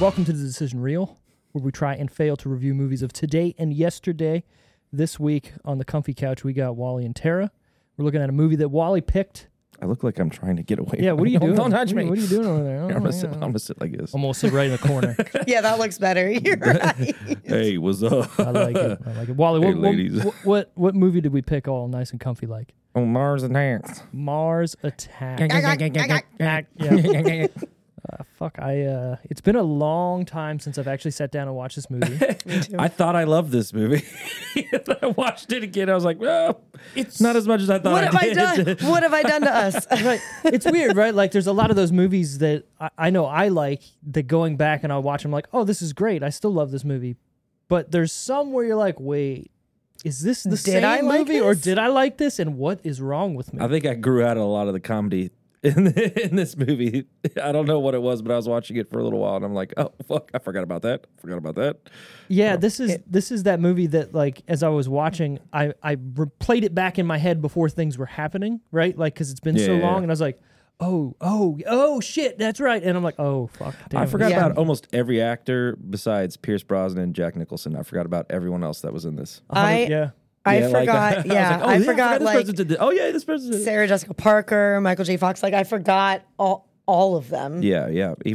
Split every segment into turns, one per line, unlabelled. Welcome to the Decision Reel, where we try and fail to review movies of today and yesterday. This week on the comfy couch, we got Wally and Tara. We're looking at a movie that Wally picked.
I look like I'm trying to get away.
Yeah,
from
what are you
it.
doing?
Don't touch
What are
me.
you- What are you doing Um, over there?
Here, I'm
Oh,
gonna sit.
yeah.
I'm gonna sit like this.
I'm gonna sit right in the corner.
Yeah, that looks better. You're right.
Hey, what's up?
I like it. I like it. Wally,
Hey,
what, what-
ladies.
what, what what movie did we pick all nice and comfy like?
On Mars attacks.
Mars Attack.
I
yeah. Uh, fuck, I uh it's been a long time since I've actually sat down and watched this movie.
I thought I loved this movie. I watched it again. I was like, well, it's not as much as I thought.
What have
I
I
did.
done? What have I done to us?
right. It's weird, right? Like there's a lot of those movies that I, I know I like that going back and I watch them like, oh, this is great. I still love this movie. But there's some where you're like, wait, is this the same
I like
movie or
this?
did I like this? And what is wrong with me?
I think I grew out of a lot of the comedy in, in this movie. I don't know what it was, but I was watching it for a little while, and I'm like, oh fuck, I forgot about that. Forgot about that.
yeah, this is this is that movie that like as I was watching, I I re- played it back in my head before things were happening, right? Like because it's been so
Yeah, yeah,
long,
yeah.
and I was like, oh, oh, oh, shit, that's right. And I'm like, oh, fuck, damn
I
it.
forgot
Yeah.
about almost every actor besides Pierce Brosnan and Jack Nicholson. I forgot about everyone else that was in this.
I
yeah.
I
Yeah, like,
forgot.
was
yeah,
like, oh,
I
yeah,
forgot.
this
Like
person did this. Oh yeah, this person. Did this.
Sarah Jessica Parker, Michael J. Fox. Like I forgot all all of them.
Yeah, yeah. He-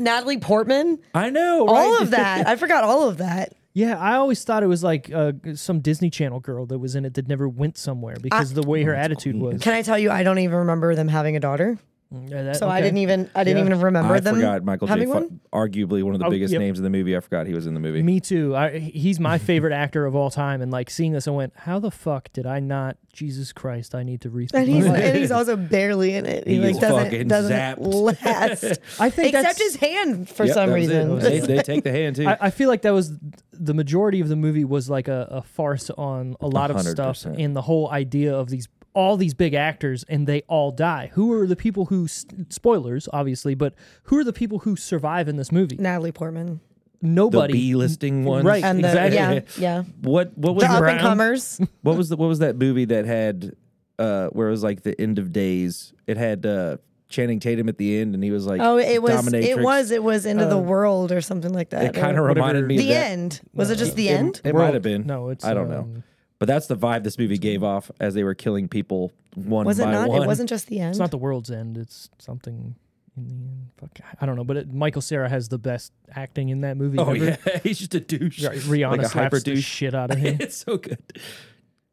Natalie Portman.
I know.
All
right?
of that. I forgot all of that.
Yeah, I always thought it was like uh, some Disney Channel girl that was in it that never went somewhere because the way her attitude was.
Can I tell you? I don't even remember them having a daughter.
Yeah, that-
So I
okay.
didn't even. I didn't
Yeah.
even remember
I
them
forgot Michael J.
having
Fo-
one.
arguably one of the
Oh,
biggest
yep.
names in the movie. I forgot he was in the movie.
Me too. I, he's my favorite actor of all time, and like seeing this, I went, "How the fuck did I not?" Jesus Christ, I need to rethink.
And he's,
my life."
and he's also barely in it. He,
He
like
is
doesn't,
fucking
doesn't
zapped.
last.
I think
Except
that's,
his hand for
Yep,
some
that was it.
reason.
They, they take the hand too.
I, I feel like that was the majority of the movie was like a, a farce on a lot of stuff
100%.
and the whole idea of these all these big actors and they all die. Who are the people who s- spoilers obviously, but who are the people who survive in this movie?
Natalie Portman.
the
Nobody.
B listing ones.
Right.
And the
Exactly.
yeah, yeah.
What what was
The up
the,
and comers.
what was the what was that movie that had uh where it was like the end of days? It had uh Channing Tatum at the end and he was like
Oh, it was.
dominatrix. Uh,
It was. It was into the world or something like that.
It kind of
Or-
reminded me of
the
that.
end. Was it just the
It-
end?
It,
World.
might have been.
No, it's,
I don't know.
um,
But that's the vibe this movie gave off as they were killing people one
Was it
by
not?
one.
It wasn't just the end.
It's not the world's end. It's something in the end. Fuck, I don't know. But it, Michael Sarah has the best acting in that movie.
Oh
ever.
yeah, he's just a douche.
Right, Rihanna
like a
slaps
hyper
the
douche.
shit out of him.
it's so good.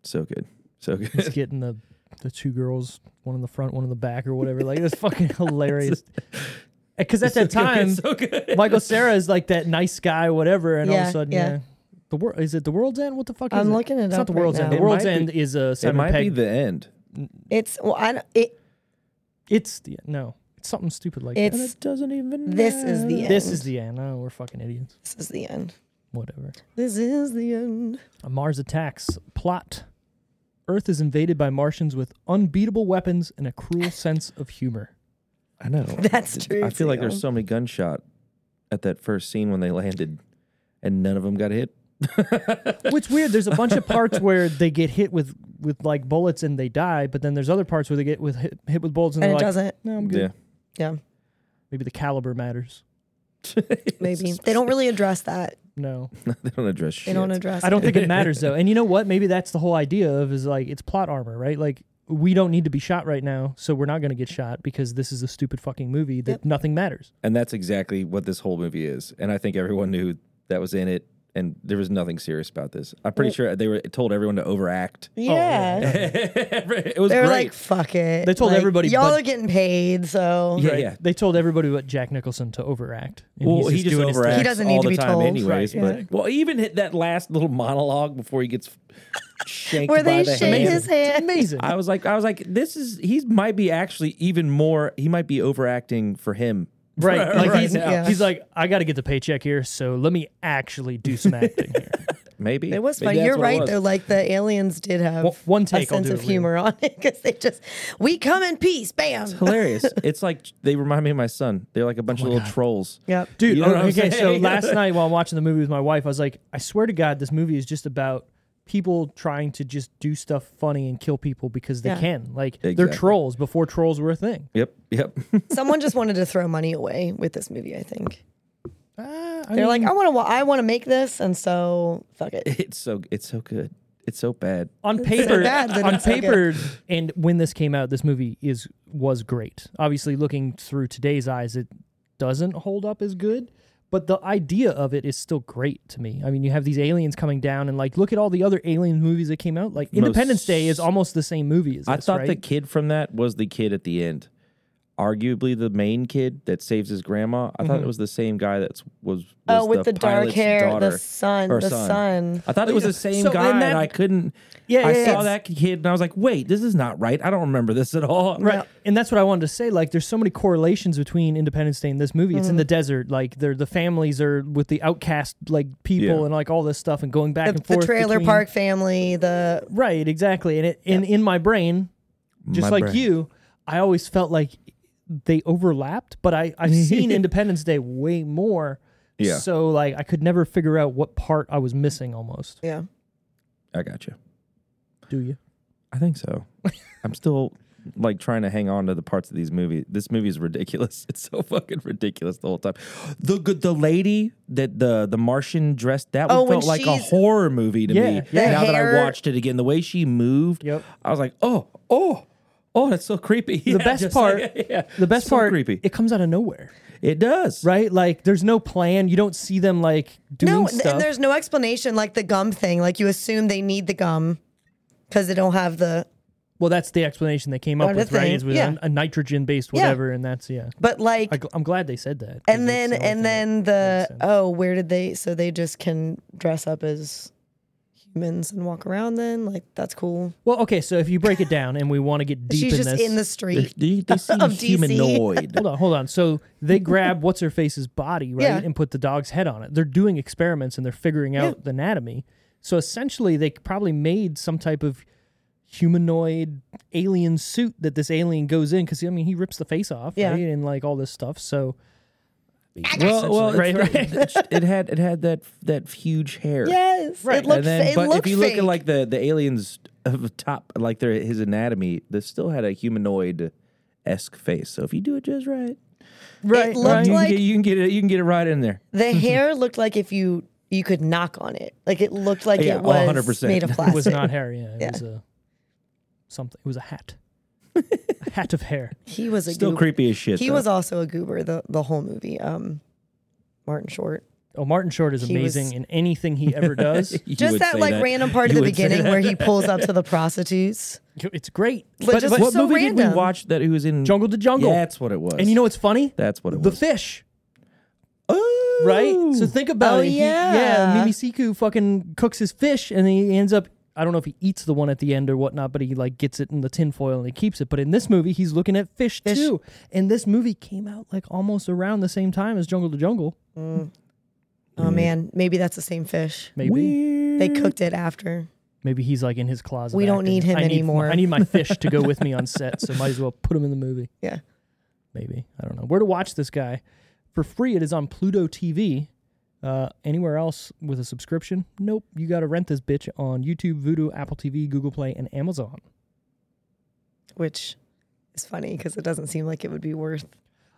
So good. So good.
He's getting the the two girls, one in the front, one in the back, or whatever. Like it's fucking hilarious. Because at that time,
so good.
Michael Sarah is like that nice guy, whatever, and all of
Yeah,
a sudden, yeah.
yeah.
The world is it the world's end? What the fuck? Is
I'm
it?
looking it
It's
up
not the
right
world's end.
now.
The
It
world's
might be-
end is a
It
Simon
might be
Pegg.
the end.
It's. Well, I don't, it,
it's the no. It's something stupid like
It's-
that.
it doesn't even.
this is the end.
This is the end. Oh, we're fucking idiots.
This is the end.
Whatever.
This is the end.
A Mars attacks plot. Earth is invaded by Martians with unbeatable weapons and a cruel sense of humor.
I know.
That's
Th-
true,
I feel like there's
too.
so many gunshot at that first scene when they landed, and none of them got hit.
Which weird. There's a bunch of parts where they get hit with with like bullets and they die, but then there's other parts where they get with hit, hit with bullets and,
And
they're
it
like,
doesn't.
No, I'm good.
Yeah.
Yeah.
Maybe the caliber matters.
Maybe they don't really address that.
No,
they don't address
They
shit.
don't address.
I don't
it.
think it matters though. And you know what? Maybe that's the whole idea of is like it's plot armor, right? Like we don't need to be shot right now, so we're not going to get shot because this is a stupid fucking movie that
Yep.
nothing matters.
and that's exactly what this whole movie is. And I think everyone knew that was in it, and there was nothing serious about this. I'm pretty sure they were told everyone to overact.
Yeah.
it was
They were
oh, great.
like, "Fuck it."
They told
Like,
everybody,
Y'all
but-
are getting paid, so
Yeah,
Right?
yeah.
They told everybody but Jack Nicholson to overact. and
Well, he just
doing his thing.
overacts
He doesn't
all
need to
the
be
time
told.
anyways.
Right,
But well, even hit that last little monologue before he gets shanked
Where
by
they
the
shake
hand.
his hand.
Amazing.
I was like, I was like, this is he might be actually even more. He might be overacting for him.
Right. Like he's,
now.
yeah.
he's like, I got to get the paycheck here, so let me actually do some acting here.
Maybe
It was
Maybe
fun.
that's
You're
what it
right
was.
though. Like the aliens did have
One- one take,
a
I'll
sense
do
of
it later.
humor on it because they just we come in peace. Bam.
Hilarious. it's like they remind me of my son. They're like a bunch of little trolls.
Yep.
Dude,
You know
oh,
what I'm
okay, so
saying?
last night while watching the movie with my wife, I was like, I swear to God, this movie is just about people trying to just do stuff funny and kill people because they
Yeah.
can. Like they're
Exactly.
trolls before trolls were a thing.
Yep. Yep.
Someone just wanted to throw money away with this movie. I think
Ah, I
they're
mean,
like, I want to, I want to make this, and so fuck it.
it's so it's so good. It's so bad.
on paper,
bad that
on
it's so good.
paper, and when this came out, this movie is was great. Obviously, looking through today's eyes, it doesn't hold up as good. But the idea of it is still great to me. I mean, you have these aliens coming down, and like, look at all the other alien movies that came out. Like, Independence Day is almost the same movie as this,
I thought
right?
the kid from that was the kid at the end. Arguably the main kid that saves his grandma. I thought it was the same guy that was, was
Oh, with the dark
pilot's
hair, the
daughter-
son-
or
the son.
I thought it was the same
So,
guy,
and
and,
that-
I couldn't.
Yeah,
I
yeah,
saw
yeah.
that kid, and I was like, "Wait, this is not right. I don't remember this at all."
Right. And that's what I wanted to say. Like, there's so many correlations between Independence Day and this movie. It's in the
Mm-hmm.
desert. Like, they're, the families are with the outcast, like, people
Yeah.
and, like, all this stuff and going back
The,
and
the
forth.
trailer
between-
park family. The
Right, exactly. And, it, and in my brain, just
My
like
brain.
you, I always felt like they overlapped, but I, I've seen Independence Day way more.
Yeah.
So, like, I could never figure out what part I was missing almost.
yeah.
I got you.
Do you?
I think so. I'm still like trying to hang on to the parts of these movies. This movie is ridiculous. It's so fucking ridiculous the whole time. The good the lady that the the Martian dressed that
Oh,
one
when
felt like a
she's-
horror movie to
Yeah,
me.
yeah.
Now that
Hair-
I watched it again, the way she moved,
Yep.
I was like, oh, oh, oh, that's so creepy.
The best part, the best part,
creepy.
it comes out of nowhere.
It does.
right? Like there's no plan. You don't see them like doing
No, th-
stuff.
and there's no explanation like the gum thing. Like you assume they need the gum because they don't have the.
well, that's the explanation they came up
Not a
with, right?
thing.
Is with
Yeah.
a, nitrogen based
Yeah.
whatever, and that's yeah.
But like,
I, gl- I'm glad they said that. 'cause
and
it's
then
the only
and
thing
then the oh, where did they? So they just can dress up as humans and walk around. Then like that's cool.
that- well, okay. So if you break it down, and we want to get deep
She's
in
just
this,
in the street.
They, they seem
Of DC.
humanoid.
hold on, hold on. So they grab what's her face's body, right,
Yeah.
and put the dog's head on it. They're doing experiments and they're figuring out the anatomy. So essentially, they probably made some type of humanoid alien suit that this alien goes in because I mean he rips the face off,
Yeah.
right, and like all this stuff. So
well, well,
Right,
it's- It had it had that that huge hair.
Yes,
Right.
it looked.
and then,
fa- it
but
looked
if you look
fake.
at like the the aliens of the top, like their his anatomy, they still had a humanoid esque face. So if you do it just right,
Right, looked
you,
like-
can get, you can get it. You can get it right in there.
the hair looked like if you you could knock on it. Like it looked like
Yeah,
it was
100%.
made of
It
plastic.
It was not hair. Yeah, it
Yeah.
was a something. It was a hat. a hat of hair.
he was a
Still
goober.
creepy as shit.
He
though.
was also a goober the the whole movie. Um, Martin Short.
Oh, Martin Short is
He
amazing
was-
in anything he ever does.
You
Just
would
that
say
like random part
You
of the
would say
beginning
that.
where he pulls up to the prostitutes.
It's great.
But
But
just-
what-
What
so
movie did we
random.
watch that? Who was in
Jungle to Jungle.
Yeah, that's what it was.
and you know what's funny?
that's what it
the
was.
fish,
Oh,
right? So think about
Oh,
it. He-
yeah.
yeah. Mimisiku fucking cooks his fish, and he ends up. I don't know if he eats the one at the end or whatnot, but he like gets it in the tinfoil and he keeps it. But in this movie, he's looking at fish, too. And this movie came out like almost around the same time as Jungle to Jungle.
Mm-hmm.
Oh man, maybe that's the same fish.
Maybe.
They cooked it after.
Maybe he's like in his closet.
We don't
acting,
need him
I
anymore."
I need my fish to go with me on set, so might as well put him in the movie.
Yeah.
Maybe I don't know where to watch this guy for free. It is on Pluto TV. Uh, anywhere else with a subscription? Nope. You got to rent this bitch on YouTube, Vudu, Apple TV, Google Play, and Amazon.
Which is funny because it doesn't seem like it would be worth.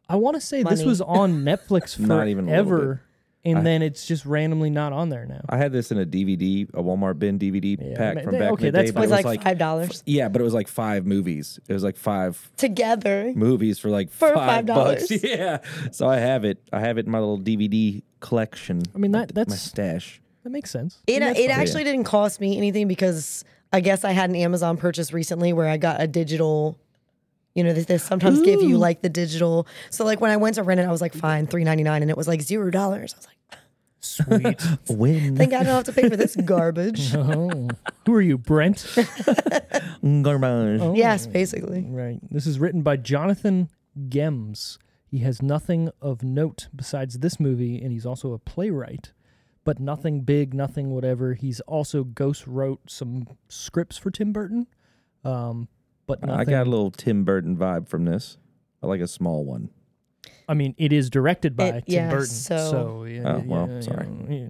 I want to say this
Money.
was on Netflix
Not even a little
forever, and
I-
then it's just randomly not on there now.
I had this in a DVD, a Walmart bin DVD
Yeah,
pack
ma-
from
they-
back
okay,
in the
that's
day.
It
but
fine.
was
it
like,
was like
five dollars
yeah, but it was like five movies. It was like five
together.
movies for like
For
five
$5.
bucks. Yeah. So I have it. I have it in my little DVD collection.
I mean,
My
that-
d- my
that's-
stash.
That makes sense.
It
That's
it
fine.
actually didn't cost me anything because I guess I had an Amazon purchase recently where I got a digital. You know, they, they sometimes give you like the digital. So like when I went to rent it, I was like, fine, three ninety nine, and it was like zero dollars. I was like,
Sweet.
Win.
Think I don't have to pay for this garbage.
oh. Who are you, Brent?
Garbage.
Yes, basically.
Right. This is written by Jonathan Gems. He has nothing of note besides this movie, and he's also a playwright, but nothing big, nothing whatever. He's also ghost wrote some scripts for Tim Burton, um, but nothing.
I got a little Tim Burton vibe from this. I like a small one.
I mean, it is directed by
It-
Tim
yeah,
Burton.
so-
yeah,
Oh, well,
yeah,
sorry.
yeah, yeah.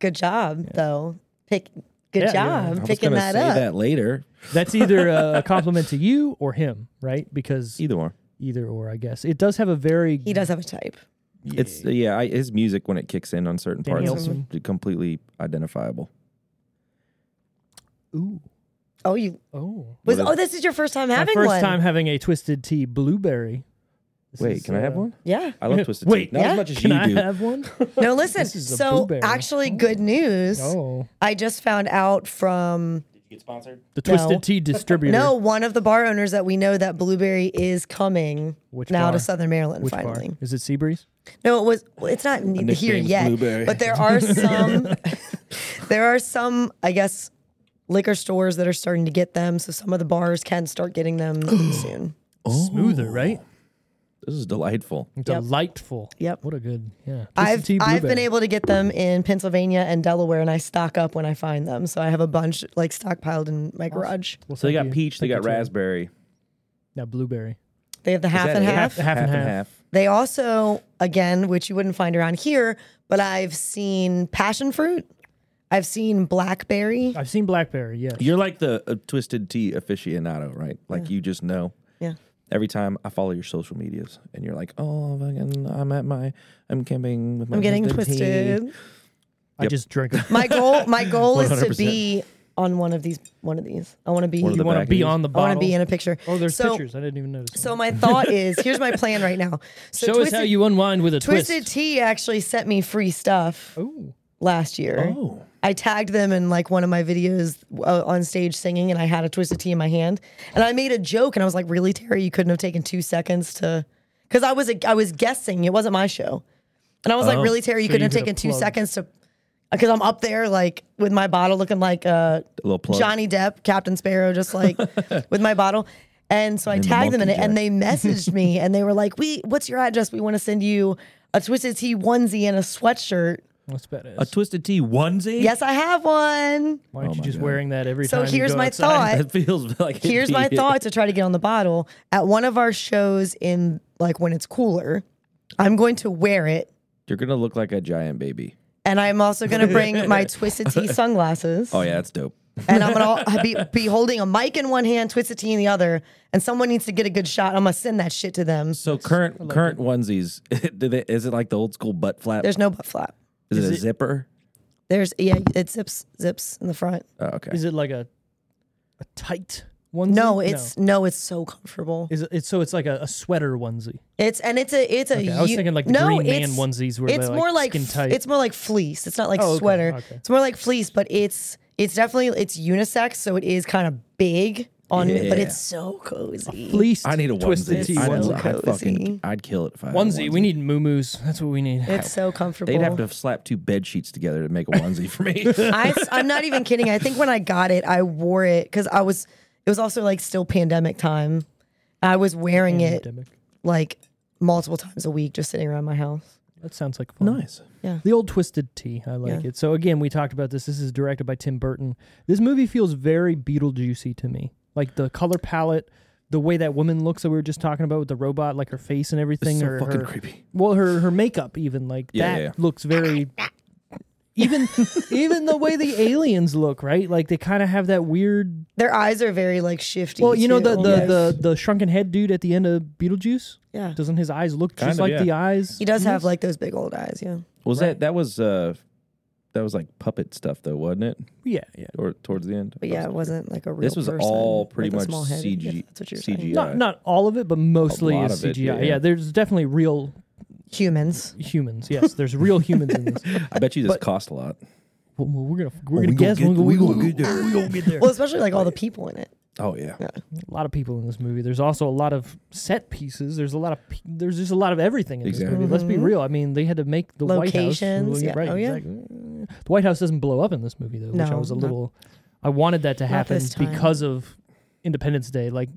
Good job, though. Pick. Good
Yeah, yeah.
job
I was
picking
gonna
that
say
up.
that later.
That's either a compliment to you or him, right? Because
Either one.
either or, I guess. It does have a very
He does have a type.
It's uh, yeah, I, his music when it kicks in on certain
Danny
parts
Elfman.
is completely identifiable.
ooh
Oh, you
oh.
What
was.
is-
Oh, this is your first time having
My first
one.
time having a twisted tea blueberry. This
Wait,
is,
can I have
uh,
one?
Yeah.
I love twisted
Wait,
tea. Not
yeah?
as much as
Can
you
I
do.
have one?
No, listen.
This is a
So
blueberry.
actually, good news.
oh,
I just found out from
Get sponsored.
the twisted
No.
tea distributor.
no one of the bar owners that we know that blueberry is coming
Which
now
bar?
to Southern Maryland.
which bar
finally,
is it? Seabreeze.
no, it was. well, It's not n- here
nickname's
yet,
Blueberry.
but there are some. there are some, I guess, liquor stores that are starting to get them. So some of the bars can start getting them soon.
Oh.
Smoother, right?
This is delightful.
Delightful.
Yep.
What a good yeah. Twisted
I've
tea
I've been
blueberry.
able to get them in Pennsylvania and Delaware, and I stock up when I find them. So I have a bunch like stockpiled in my garage.
Well,
So they
thank
got
you.
peach, they
Thank
got
you, Taylor.
raspberry.
Now blueberry.
They have the half
Is that
and
it?
half.
Half and half.
They also, again, which you wouldn't find around here, but I've seen passion fruit. I've seen blackberry.
I've seen blackberry. Yeah.
You're like the uh, twisted tea aficionado, right? Like you just know.
Yeah.
Every time I follow your social medias, and you're like, "Oh, fucking, I'm at my, I'm camping with my."
I'm getting
twisted tea."
twisted.
I
Yep.
just drink. 'em.
My goal, my goal is to
100%.
be on one of these. One of these. I want to be.
One of
you
the
want to
back
be
is-
on the
I
bottle.
want to be in a picture.
oh, there's
so,
pictures. I didn't even notice.
So my thought is, here's my plan right now. So
Show
twisted,
us how you unwind with a
Twisted
twist.
Tea actually sent me free stuff
Oh,
last year.
Oh,
I tagged them in like one of my videos uh, on stage singing, and I had a twisted tea in my hand, and I made a joke, and I was like, "Really, Terry? You couldn't have taken two seconds to?" Because I was a, I was guessing it wasn't my show, and I was
Oh,
like, "Really, Terry? You
so
couldn't
you
have
did a
taken two
plug.
seconds to?" Because I'm up there like with my bottle, looking like uh,
a little plug.
Johnny Depp, Captain Sparrow, just like with my bottle. And so I
And the
tagged them in it,
monkey
and
jack.
they messaged me, and they were like, "We, what's your address? We want to send you a twisted tea onesie and a sweatshirt."
that's badass.
a twisted tea onesie.
Yes, I have one.
Why aren't
Oh
you
my
just
God.
wearing that every
So
time? you
here's
go
my
outside?
thought.
that feels like. it'd
here's my
be-
thought to try to get on the bottle at one of our shows in like when it's cooler i'm going to wear it
You're gonna look like a giant baby.
and i'm also going to bring my twisted tea sunglasses
Oh yeah, that's dope.
and i'm going to be, be holding a mic in one hand twisted tea in the other and someone needs to get a good shot i'm going to send that shit to them
So current current onesies, do they, is it like the old school butt flap?
there's no butt flap
is, it a
is it-
zipper?
there's yeah it zips zips in the front
Oh, okay.
Is it like a a tight onesie?
no it's no, it's so comfortable
Is it, it's so it's like a, a sweater onesie.
it's and it's a it's a
Okay, I was
u-
thinking like the
no,
Green Man
it's-
onesies where
it's
they're
more
like
like
skin
f-
tight.
it's more like fleece. It's not like
Oh, okay,
sweater.
okay.
It's more like fleece, but it's it's definitely it's unisex, so it is kind of big on, but
Yeah.
it's so cozy.
fleece.
I need a
twisted
onesie.
tea
I
I'd
onesie.
would-
onesie.
I'd
Cozy.
fucking, I'd kill it if I had a
Onesie. We need moo-moos. That's what we need.
It's so comfortable.
They'd have to slap two bed sheets together to make a onesie for me.
I, am not even kidding. I think when I got it, I wore it because I was. It was also like still pandemic time. I was wearing it
Pandemic.
like multiple times a week, just sitting around my house.
That sounds like fun.
nice.
The old twisted tea. I like it. So again, we talked about this. This is directed by Tim Burton. This movie feels very Beetlejuicy to me. Like the color palette, the way that woman looks that we were just talking about with the robot, like her face and everything.
so
her,
fucking
her-
creepy.
Well, her her makeup even like
Yeah,
that
yeah, yeah.
looks very. Even even the way the aliens look, right? Like they kind of have that weird
Their eyes are very like shifty.
Well, you know the
too.
the, the the shrunken head dude at the end of Beetlejuice.
Yeah.
Doesn't his eyes look just
Kind of,
like the
yeah.
eyes?
he does have like those big old eyes. Yeah.
Was that that was uh that was like puppet stuff though, wasn't it?
Yeah, yeah.
Or towards the end.
But yeah, it wasn't like a real.
This was
person,
all pretty
like
much
a small head, if
CG,
That's what you're saying.
CGI.
Not not all of it, but mostly
lot
is
of it,
CGI. yeah.
yeah.
there's definitely real
Humans.
humans. Yes, there's real humans in this.
I bet you this cost a lot. Oh,
Well, well, we're gonna we're gonna guess. we're gonna- we're gonna-
there.
Well, especially like all the people in it.
Oh yeah.
A lot of people in this movie. There's also a lot of set pieces. There's a lot of pe- there's just a lot of everything in
Exactly.
this movie. Let's be real. I mean, they had to make the White House.
Locations, yeah.
Right,
Oh, yeah.
exactly. The White House doesn't blow up in this movie though, which I
No,
was a
not-
little. I wanted that to happen
this time.
because of Independence Day. Like,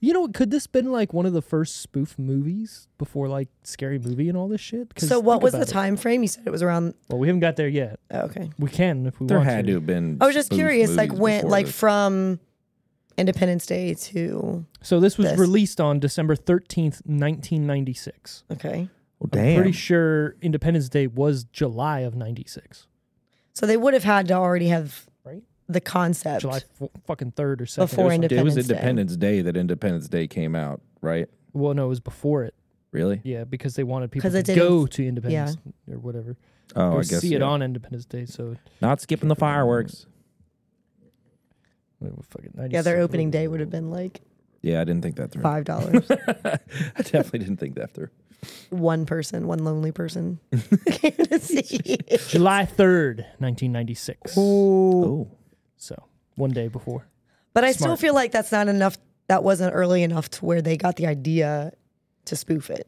you know, could this been like one of the first spoof movies before like Scary Movie and all this shit? 'Cause
So what
think
was the
about it.
time frame? You said it was around.
Well, we haven't got there yet.
oh, okay.
We can if we
There
want
had to have been.
I was just
spoof
curious, like
movies
when,
before
like
this.
from Independence Day to
So this was
This.
released on December 13th, 1996.
okay.
oh,
I'm
damn.
pretty sure Independence Day was July of 96.
So they would have had to already have
Right.
the concept.
July f- fucking 3rd or 2nd.
Before
It was-
Independence
It was
Day.
Independence Day. that Independence Day came out, right?
Well, no, it was before it.
Really?
Yeah, because they wanted people
'Cause
to
it
go
didn't-
to Independence or whatever.
Oh,
Go
I guess
see it
yeah.
on Independence Day. So
Not skipping the fireworks.
wait, what fucking
Yeah,
96
their opening day would have been like
Yeah, I didn't think that through.
five dollars.
I definitely didn't think that through.
one person, one lonely person. Can't see.
July 3rd, 1996.
Oh,
So one day before.
But I still
Smart.
feel like that's not enough. That wasn't early enough to where they got the idea to spoof it.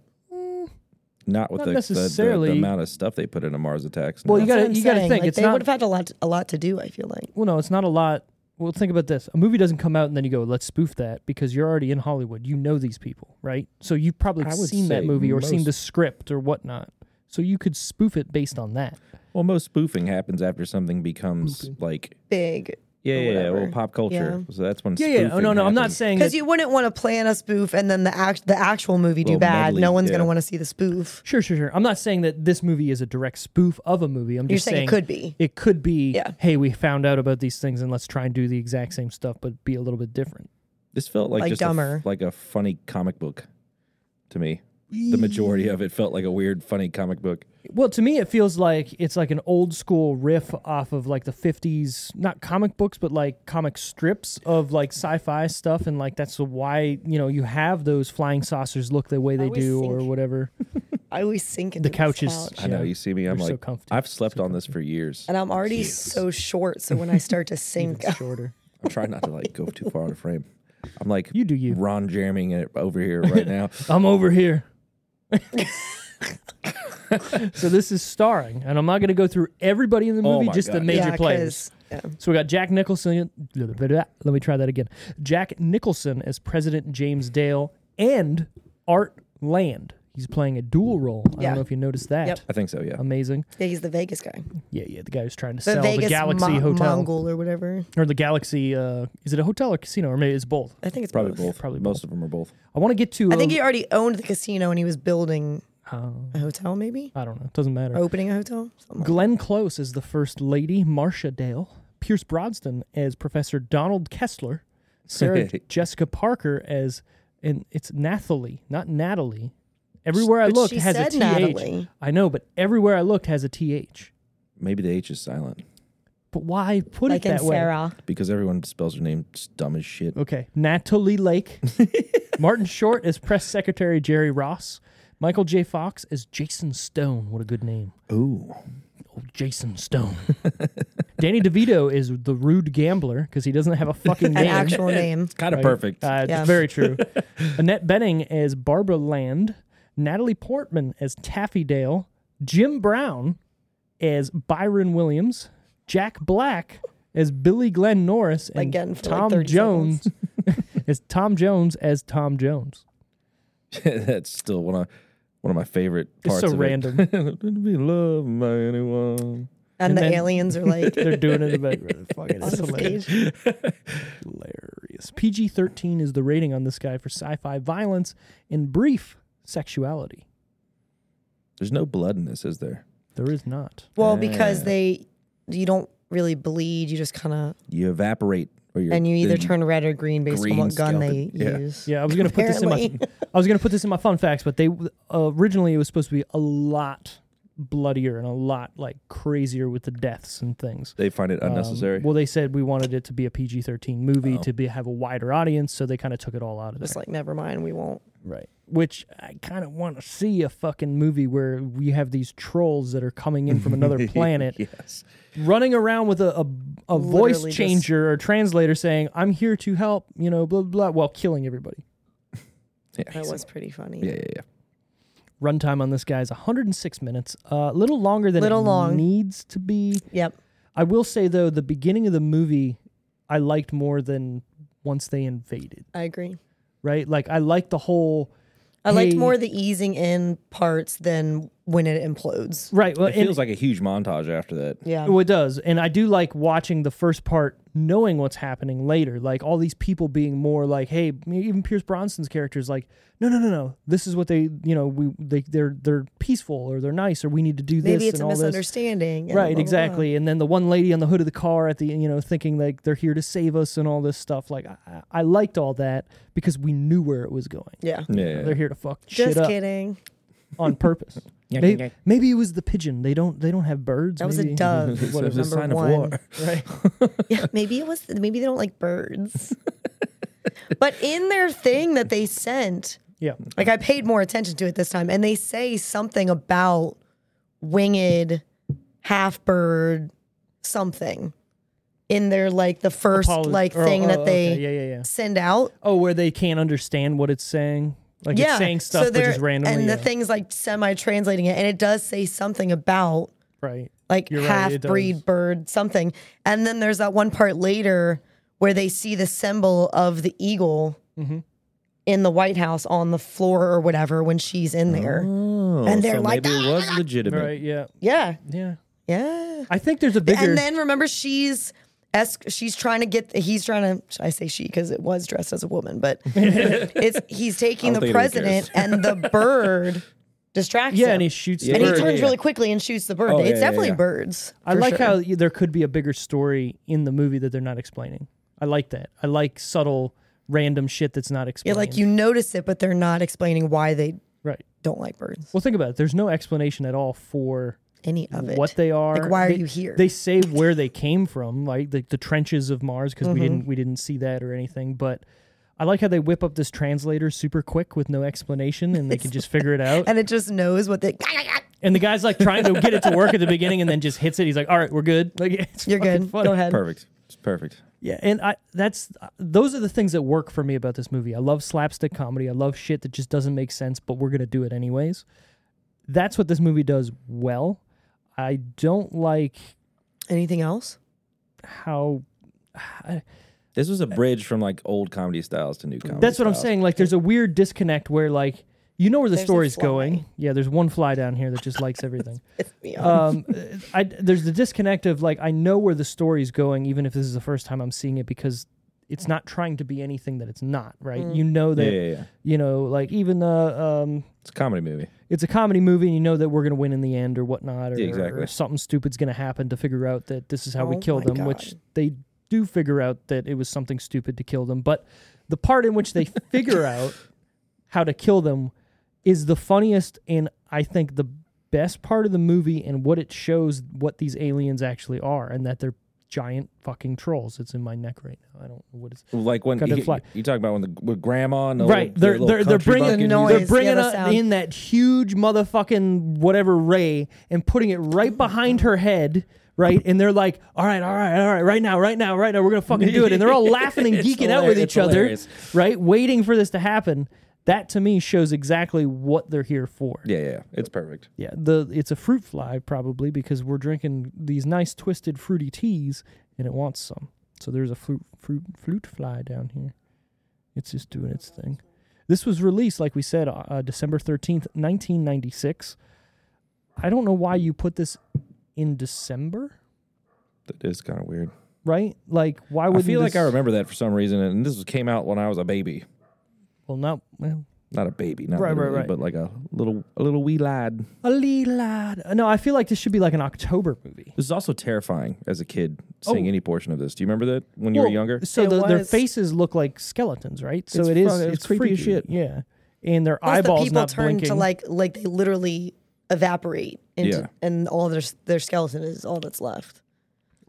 Not
not with the, the- the-
necessarily.
the, amount of stuff they put into Mars Attacks.
Well,
no.
you gotta-
That's what I'm
gotta
saying.
think,
Like,
it's
they
not-
would have had a lot, a lot to do. I feel like.
Well, no, it's not a lot. Well, think about this. A movie doesn't come out and then you go, let's spoof that because you're already in Hollywood. You know these people, right? So you've probably
I would
seen that
say
movie or seen
most-
the script or whatnot. So you could spoof it based on that.
well, most spoofing happens after something becomes like
big.
yeah, yeah, yeah, well,
whatever.
pop culture.
Yeah.
So that's when
Yeah, yeah. Oh,
spoofing
no, no. I'm not
happens.
saying that.
Because you wouldn't want to plan a spoof and then the act, the actual movie do
Little
bad. no
medley,
one's
yeah.
gonna want to see the spoof.
sure, sure, sure. I'm not saying that this movie is a direct spoof of a movie. I'm
You're
just
saying, it could be.
It could be,
Yeah.
hey, we found out about these things and let's try and do the exact same stuff, but be a little bit different.
This felt like,
Like
just a f-
dumber.
like a funny comic book to me. The majority of it felt like a weird, funny comic book.
Well, to me, it feels like it's like an old school riff off of like the 50s, not comic books, but like comic strips of like sci fi stuff. And like that's why, you know, you have those flying saucers look the way they
always
do
think-
or whatever.
I always sink into
The
this
couch is-
couch.
I know
Yeah.
you see me. I'm
They're so
like,
comfy.
I've slept on this for years.
and I'm already so short. So when I start to sink,
It's shorter.
I'm trying not to like go too far out of frame. I'm like,
You do you.
Ron Jereming it over here right now.
I'm over here. so this is starring, and I'm not going to go through everybody in the
Oh
movie,
my
just the
God.
major
'cause-
players.
yeah.
So we got Jack Nicholson. Let me try that again. Jack Nicholson as President James Dale and Art Land. He's playing a dual role. I
Yeah.
don't know if you noticed that.
Yep.
I think so. Yeah.
Amazing.
Yeah, he's the Vegas guy.
Yeah, yeah. The guy who's trying to
The
sell
Vegas
the Galaxy
Mo-
Hotel
Mongol or whatever.
or the Galaxy. Uh, is it a hotel or casino or maybe it's both?
I think it's
Probably
both.
both.
Probably
Most of them are both.
I want to get to.
I think
uh,
he already owned the casino and he was building
uh,
a hotel, maybe
I don't know. Doesn't matter.
or opening a hotel. Something like-
Glenn Close is the first lady, Marcia Dale. Pierce Brosnan as Professor Donald Kessler. Sarah Jessica Parker as, and it's Nathalie, not Natalie. Everywhere I
But
looked
she
has a
said
th.
Natalie.
I know, but everywhere I looked has a th.
Maybe the H is silent
But why put
like
it
in
that way?
Sarah.
because everyone spells their name s- dumb as shit.
Okay, Natalie Lake. Martin Short as Press Secretary Jerry Ross. Michael J. Fox as Jason Stone. What a good name.
Ooh.
Jason Stone. Danny DeVito is the rude gambler because he doesn't have a fucking
An
name.
actual name.
Kind of perfect.
Uh,
Yeah.
It's very true. Annette Benning as Barbara Land, Natalie Portman as Taffy Dale, Jim Brown as Byron Williams, Jack Black as Billy Glenn Norris, and
Again, for like
Tom
30
Jones as Tom Jones as Tom Jones.
That's still one of one of my favorite
It's
parts.
so
of
random.
It. Didn't be loved by anyone.
And, the
then-
aliens are like
They're doing it in the background. Fucking
on
it's hilarious.
stage. It
hilarious. PG 13 is the rating on this guy for sci fi violence and brief sexuality.
There's no blood in this, is there?
There is not.
Well, because
Yeah.
they, you don't really bleed. You just kind of,
You evaporate, or you're,
and you either
then
turn red or green based on
green
what gun they
skeleton. Yeah.
use.
Yeah, I was gonna put this in my.
Apparently.
I was gonna put this in my fun facts, but they originally it was supposed to be a lot bloodier and a lot like crazier with the deaths and things.
They find it
Um,
unnecessary.
well, they said we wanted it to be a PG thirteen movie to be have a wider audience, so they kind of took it all out of there.
It's like, never mind, we won't.
Right. Which I kind of want to see a fucking movie where we have these trolls that are coming in from another planet,
yes.
running around with a, a, a voice
Literally just-
changer or translator saying, I'm here to help, you know, blah, blah, while killing everybody.
That was pretty funny.
Yeah, yeah, yeah.
Runtime on this guy is 106 minutes, uh, a little longer than
Little
it
long.
needs to be.
Yep.
I will say, though, the beginning of the movie I liked more than once they invaded,
I agree.
right? Like, I liked the whole.
I liked
Hey.
more the easing in parts than when it implodes.
Right. Well,
It feels like a huge montage after that.
Yeah.
Well, Oh, it does, and I do like watching the first part, knowing what's happening later. Like all these people being more like, "Hey," even Pierce Bronson's character is like, "No, no, no, no. This is what they, you know, we they they're they're peaceful or they're nice or we need to do this."
Maybe it's
and
a
all this.
misunderstanding. and
Right,
blah, blah,
exactly. And then the one lady on the hood of the car at the, you know, thinking like they're here to save us and all this stuff. Like, I, I liked all that because we knew where it was going.
blah. Yeah.
Yeah, yeah,
They're here to fuck shit
Just
up
kidding.
on purpose.
yeah.
May- maybe, it was the pigeon. They don't. They don't have birds.
That was a
Maybe-
dove.
So it's a
number
sign of
one.
war.
Right.
Yeah, maybe it was. Maybe they don't like birds. but in their thing that they sent,
Yeah.
like I paid more attention to it this time, and they say something about winged, half bird, something in their like the first
Apolo-
like
or-
thing
oh,
that they
okay, yeah, yeah, yeah.
send out.
Oh, where they can't understand what it's saying. Like
yeah,
it's saying stuff which
they're-
is randomly.
and the
uh,
thing's like semi translating it, and it does say something about
right.
like
You're right,
half
it
breed
does.
bird something and then there's that one part later where they see the symbol of the eagle
Mm-hmm.
in the white house on the floor or whatever when she's in there
Oh,
And they're
so
like,
maybe it was legitimate.
"Ah!" Right. Yeah.
yeah
Yeah.
yeah
I think there's a bigger.
and then remember she's es- she's trying to get he's trying to i say she because it was dressed as a woman but it's he's taking
I don't
the
think anyone cares.
president and the bird distracts
yeah,
him
and he shoots.
Yeah.
the
And he
bird.
turns
turns
yeah,
really
yeah.
quickly and shoots the bird
Oh, yeah,
it's
yeah,
definitely
yeah.
birds
I
for
like
sure.
how y- there could be a bigger story in the movie that they're not explaining. I like that. I like subtle, random shit that's not
yeah
explained.
like you notice it but they're not explaining why they
Right.
don't like birds.
Well, think about it. There's no explanation at all for
Any of it.
what they are.
Like, why are
They-
you here?
They say where they came from, like the, the trenches of Mars, because
Mm-hmm.
we didn't we didn't see that or anything. But I like how they whip up this translator super quick with no explanation, and they can just figure it out.
and it just knows what they.
And the guy's like trying to get it to work at the beginning, and then just hits it. He's like, "All right, we're good. Like, it's
You're
fucking
good.
funny.
Go ahead.
Perfect. It's perfect.
Yeah, and I that's those are the things that work for me about this movie. I love slapstick comedy. I love shit that just doesn't make sense, but we're gonna do it anyways. That's what this movie does well. I don't like
Anything else?
how
This was a bridge from like old comedy styles to new comedy.
That's what I'm
styles.
saying. Like, there's a weird disconnect where, like, you know where the
There's a
story's
fly.
going. Yeah, there's one fly down here that just likes everything.
It's me.
um, I, there's the disconnect of like, I know where the story's going, even if this is the first time I'm seeing it, because it's not trying to be anything that it's not. Right?
Mm.
You know that.
Yeah, yeah, yeah.
You know, like even uh, um,
It's a comedy movie.
it's a comedy movie, and you know that we're gonna win in the end, or whatnot, or,
Yeah, exactly.
or something stupid's gonna happen to figure out that this is how we
Oh
kill
my
them, which
God.
they do figure out that it was something stupid to kill them. But the part in which they figure out how to kill them is the funniest and I think the best part of the movie and what it shows what these aliens actually are and that they're giant fucking trolls. It's in my neck right now. I don't know what it's
Like when
Got that
you,
fly.
you talk about when the with grandma and the
Right.
little-
They're they're,
their little
they're
country
bringing
bumpkin
noise.
they're bringing
yeah, the
up
sound.
in that huge motherfucking whatever ray and putting it right behind her head. Right, and they're like, "All right, all right, all right, right now, right now, right now, we're gonna fucking do it." And they're all laughing and
It's
geeking out with
hilarious.
each
It's
other,
hilarious.
right? Waiting for this to happen. That to me shows exactly what they're here for.
Yeah, yeah, yeah. It's perfect.
Yeah, the it's a fruit fly probably because we're drinking these nice twisted fruity teas and it wants some. So there's a fruit fruit flute fly down here. It's just doing its thing. This was released, like we said, uh, uh, December thirteenth, nineteen ninety six. I don't know why you put this in December,
That is kind of weird.
right? Like, why
I
would
feel like I remember that for some reason, and this was- came out when I was a baby.
Well, not well,
Not a baby, not
Right, right,
literally,
right.
but like a little, a little wee lad.
a lee lad. No, I feel like this should be like an October movie.
This is also terrifying as a kid seeing
Oh.
any portion of this. Do you remember that when you
Well,
were younger?
So
It
the, their
was.
faces look like skeletons, right? So
It's
it is
fun- it was
it's
creepy
creepy
as shit.
Yeah, and their
Plus the
eyeballs
people
not
turn
blinking.
to like like they literally evaporate into,
Yeah.
and all their their skeleton is all that's left.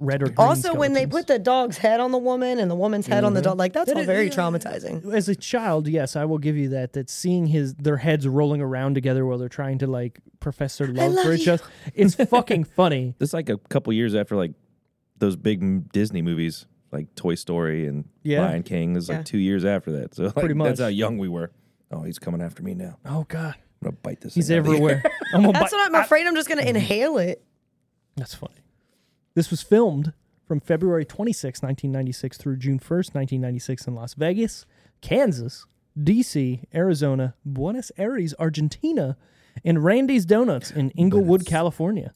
Red or green
Also, when they
skeletons. Mm-hmm.
put the dog's head on the woman and the woman's head on the dog, like that's all very traumatizing.
as a child, yes, I will give you that. That seeing his their heads rolling around together while they're trying to like profess their love,
love
for each other, it's fucking funny.
This is like a couple years after like those big m- Disney movies, like Toy Story and
Yeah.
Lion King. This is
Yeah.
like two years after that. So like,
Pretty much.
that's how young we were. Oh, he's coming after me now.
Oh god,
I'm gonna bite this.
he's
thing out of the
everywhere. I'm gonna
That's
bite-
what I'm afraid. I'm just gonna
Mm-hmm.
inhale it.
That's funny. This was filmed from February 26, 1996 through June 1st, 1996 in Las Vegas, Kansas, D.C., Arizona, Buenos Aires, Argentina, and Randy's Donuts in Inglewood, California.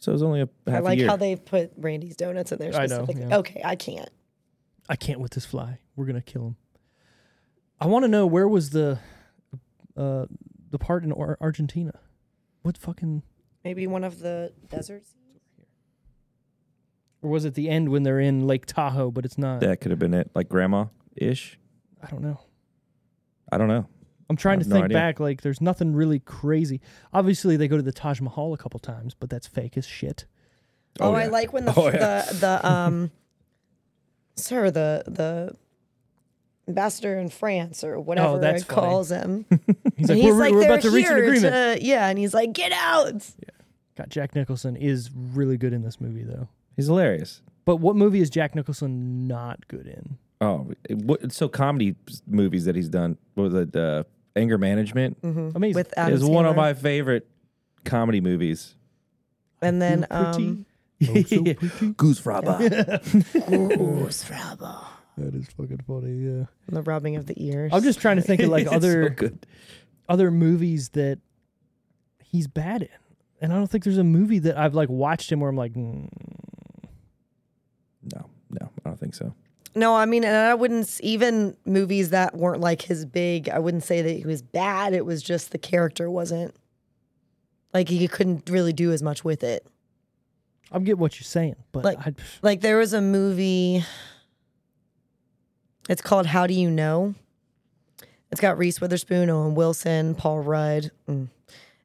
So it was only a half
I like
a year.
how they put Randy's donuts in there
I know,
specifically.
yeah.
Okay, I can't.
I can't with this fly. We're going to kill him. I want to know where was the uh, the part in Ar- Argentina? What fucking
Maybe one of the deserts.
or was it the end when they're in Lake Tahoe, but it's not.
that could have been it, like grandma ish.
I don't know.
I don't know.
I'm trying to
have no
think
idea.
back. Like, there's nothing really crazy. Obviously, they go to the Taj Mahal a couple times, but that's fake as shit.
Oh,
Oh,
I
yeah.
like when the
Oh, yeah.
the, the um, sir, the the ambassador in France or whatever
Oh, that's
it
funny.
calls him.
He's like,
And he's
we're,
like,
we're
"They're
about to reach an
here
agreement.
to-" yeah, and he's like, get out.
God, Jack Nicholson is really good in this movie, though.
He's hilarious.
But what movie is Jack Nicholson not good in?
Oh, it- what, so comedy s- movies that he's done. What was it? Uh, Anger Management
Amazing.
With Adam
is one of
Sandler.
my favorite comedy movies.
And then
Pretty.
um,
Yeah.
Goose Fraba.
Goose Rabba.
That is fucking funny. Yeah.
the rubbing of the ears.
I'm just trying to think of like
It's so
other
good.
other movies that he's bad in, and I don't think there's a movie that I've like watched him where I'm like, mm,
No, no, I don't think so.
no, I mean, and I wouldn't s- even movies that weren't like his big. I wouldn't say that he was bad. It was just the character wasn't like he couldn't really do as much with it.
I get what you're saying, but
Like-
I,
Like there was a movie. It's called How Do You Know? It's got Reese Witherspoon, Owen Wilson, Paul Rudd, mm,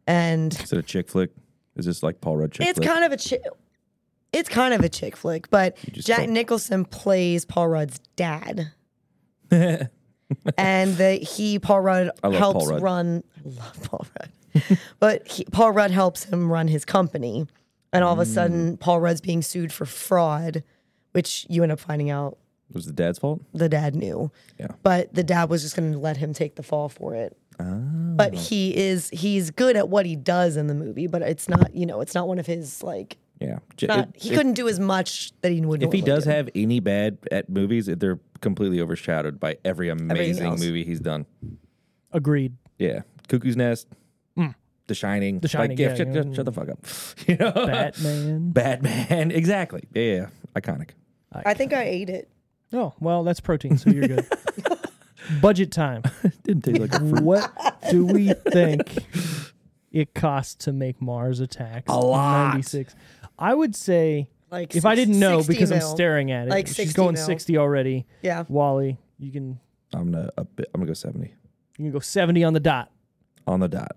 and
Is it a chick flick? Is this like Paul Rudd chick
it's
flick?
kind of a chick. It's kind of a chick flick, but
just
Jack
don't-
Nicholson plays Paul Rudd's dad, and the, he Paul Rudd
I love
helps
Paul Rudd.
run. I love Paul Rudd, but he, Paul Rudd helps him run his company, and all of a
Mm.
sudden Paul Rudd's being sued for fraud, which you end up finding out
was the dad's fault?
the dad knew.
Yeah.
But the dad was just going to let him take the fall for it. But
Oh.
he is he's good at what he does in the movie, but it's not, you know, it's not one of his like
Yeah. J- it-
not, he
if-
couldn't do as much that he would
If he
normally
does
do.
have any bad at movies, they're completely overshadowed by every amazing
else.
movie he's done.
agreed.
Yeah, Cuckoo's Nest, The Shining, The
Mm. Shining, yeah,
shut,
yeah.
shut- shut the fuck up. you know,
Batman.
Batman, exactly. Yeah, yeah, iconic.
I think I ate it.
Oh, well, that's protein, so you're good. Budget time.
Didn't taste like a fruit.
What do we think it costs to make Mars attacks?
A lot.
96. I would say
Like
if I
six-
didn't know
60
because I'm
mil.
staring at it.
Like
she's
60
going
mil.
60 already.
Yeah.
Wally, you can
I'm gonna a bit, I'm gonna go seventy
you can go 70 on the dot.
on the dot.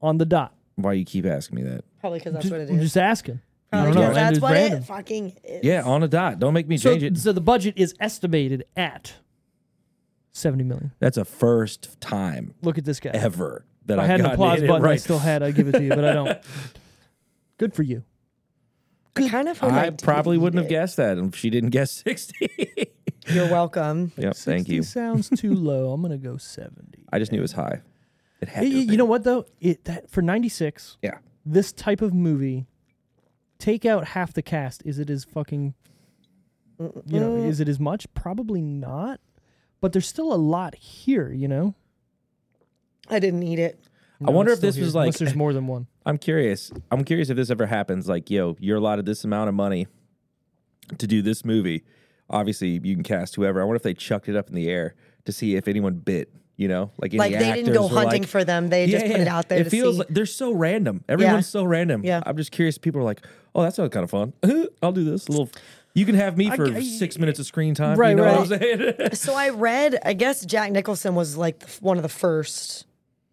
On the dot.
Why you keep asking me that?
Probably because that's what it
I'm
is.
just asking.
Probably
know.
because that's
Andrew's
what
random.
it fucking is.
Yeah, on a dot. Don't make me
So,
change it.
so the budget is estimated at 70 million.
That's a first time
Look at this guy.
ever that
If I
I've
had an
gotten
applause
it
button I
right.
still had, I'd give it to you, but I don't. Good for you.
I kind
Oh,
of would
I
like to
probably
eat
wouldn't have
it.
guessed that if she didn't guess sixty.
You're welcome.
yep, thank
60
you.
sounds too low. I'm gonna go 70.
I just knew it was high. It had.
Y-
to
y-
have
you
been.
know what though? It that for 96,
Yeah.
this type of movie, take out half the cast, is it as fucking you know, is it as much? Probably not. But there's still a lot here, you know?
I didn't eat it.
I wonder
it's
if this
still
was
here,
like
unless there's more than one.
I'm curious. I'm curious if this ever happens. Like, yo, you're allotted this amount of money to do this movie. Obviously, you can cast whoever. I wonder if they chucked it up in the air to see if anyone bit. You know, like any
Like they didn't
actors
go
were
hunting
like,
for them. They just
"Yeah,
put it
yeah."
out there
It
to
feels
see.
like they're so random. Everyone's so random.
Yeah.
I'm just curious. People are like, oh, that sounds kind of fun. I'll do this. A little. You can have me for
I-
six minutes of screen time.
Right,
you know
right.
what I'm saying?
So I read, I guess Jack Nicholson was like the, one of the first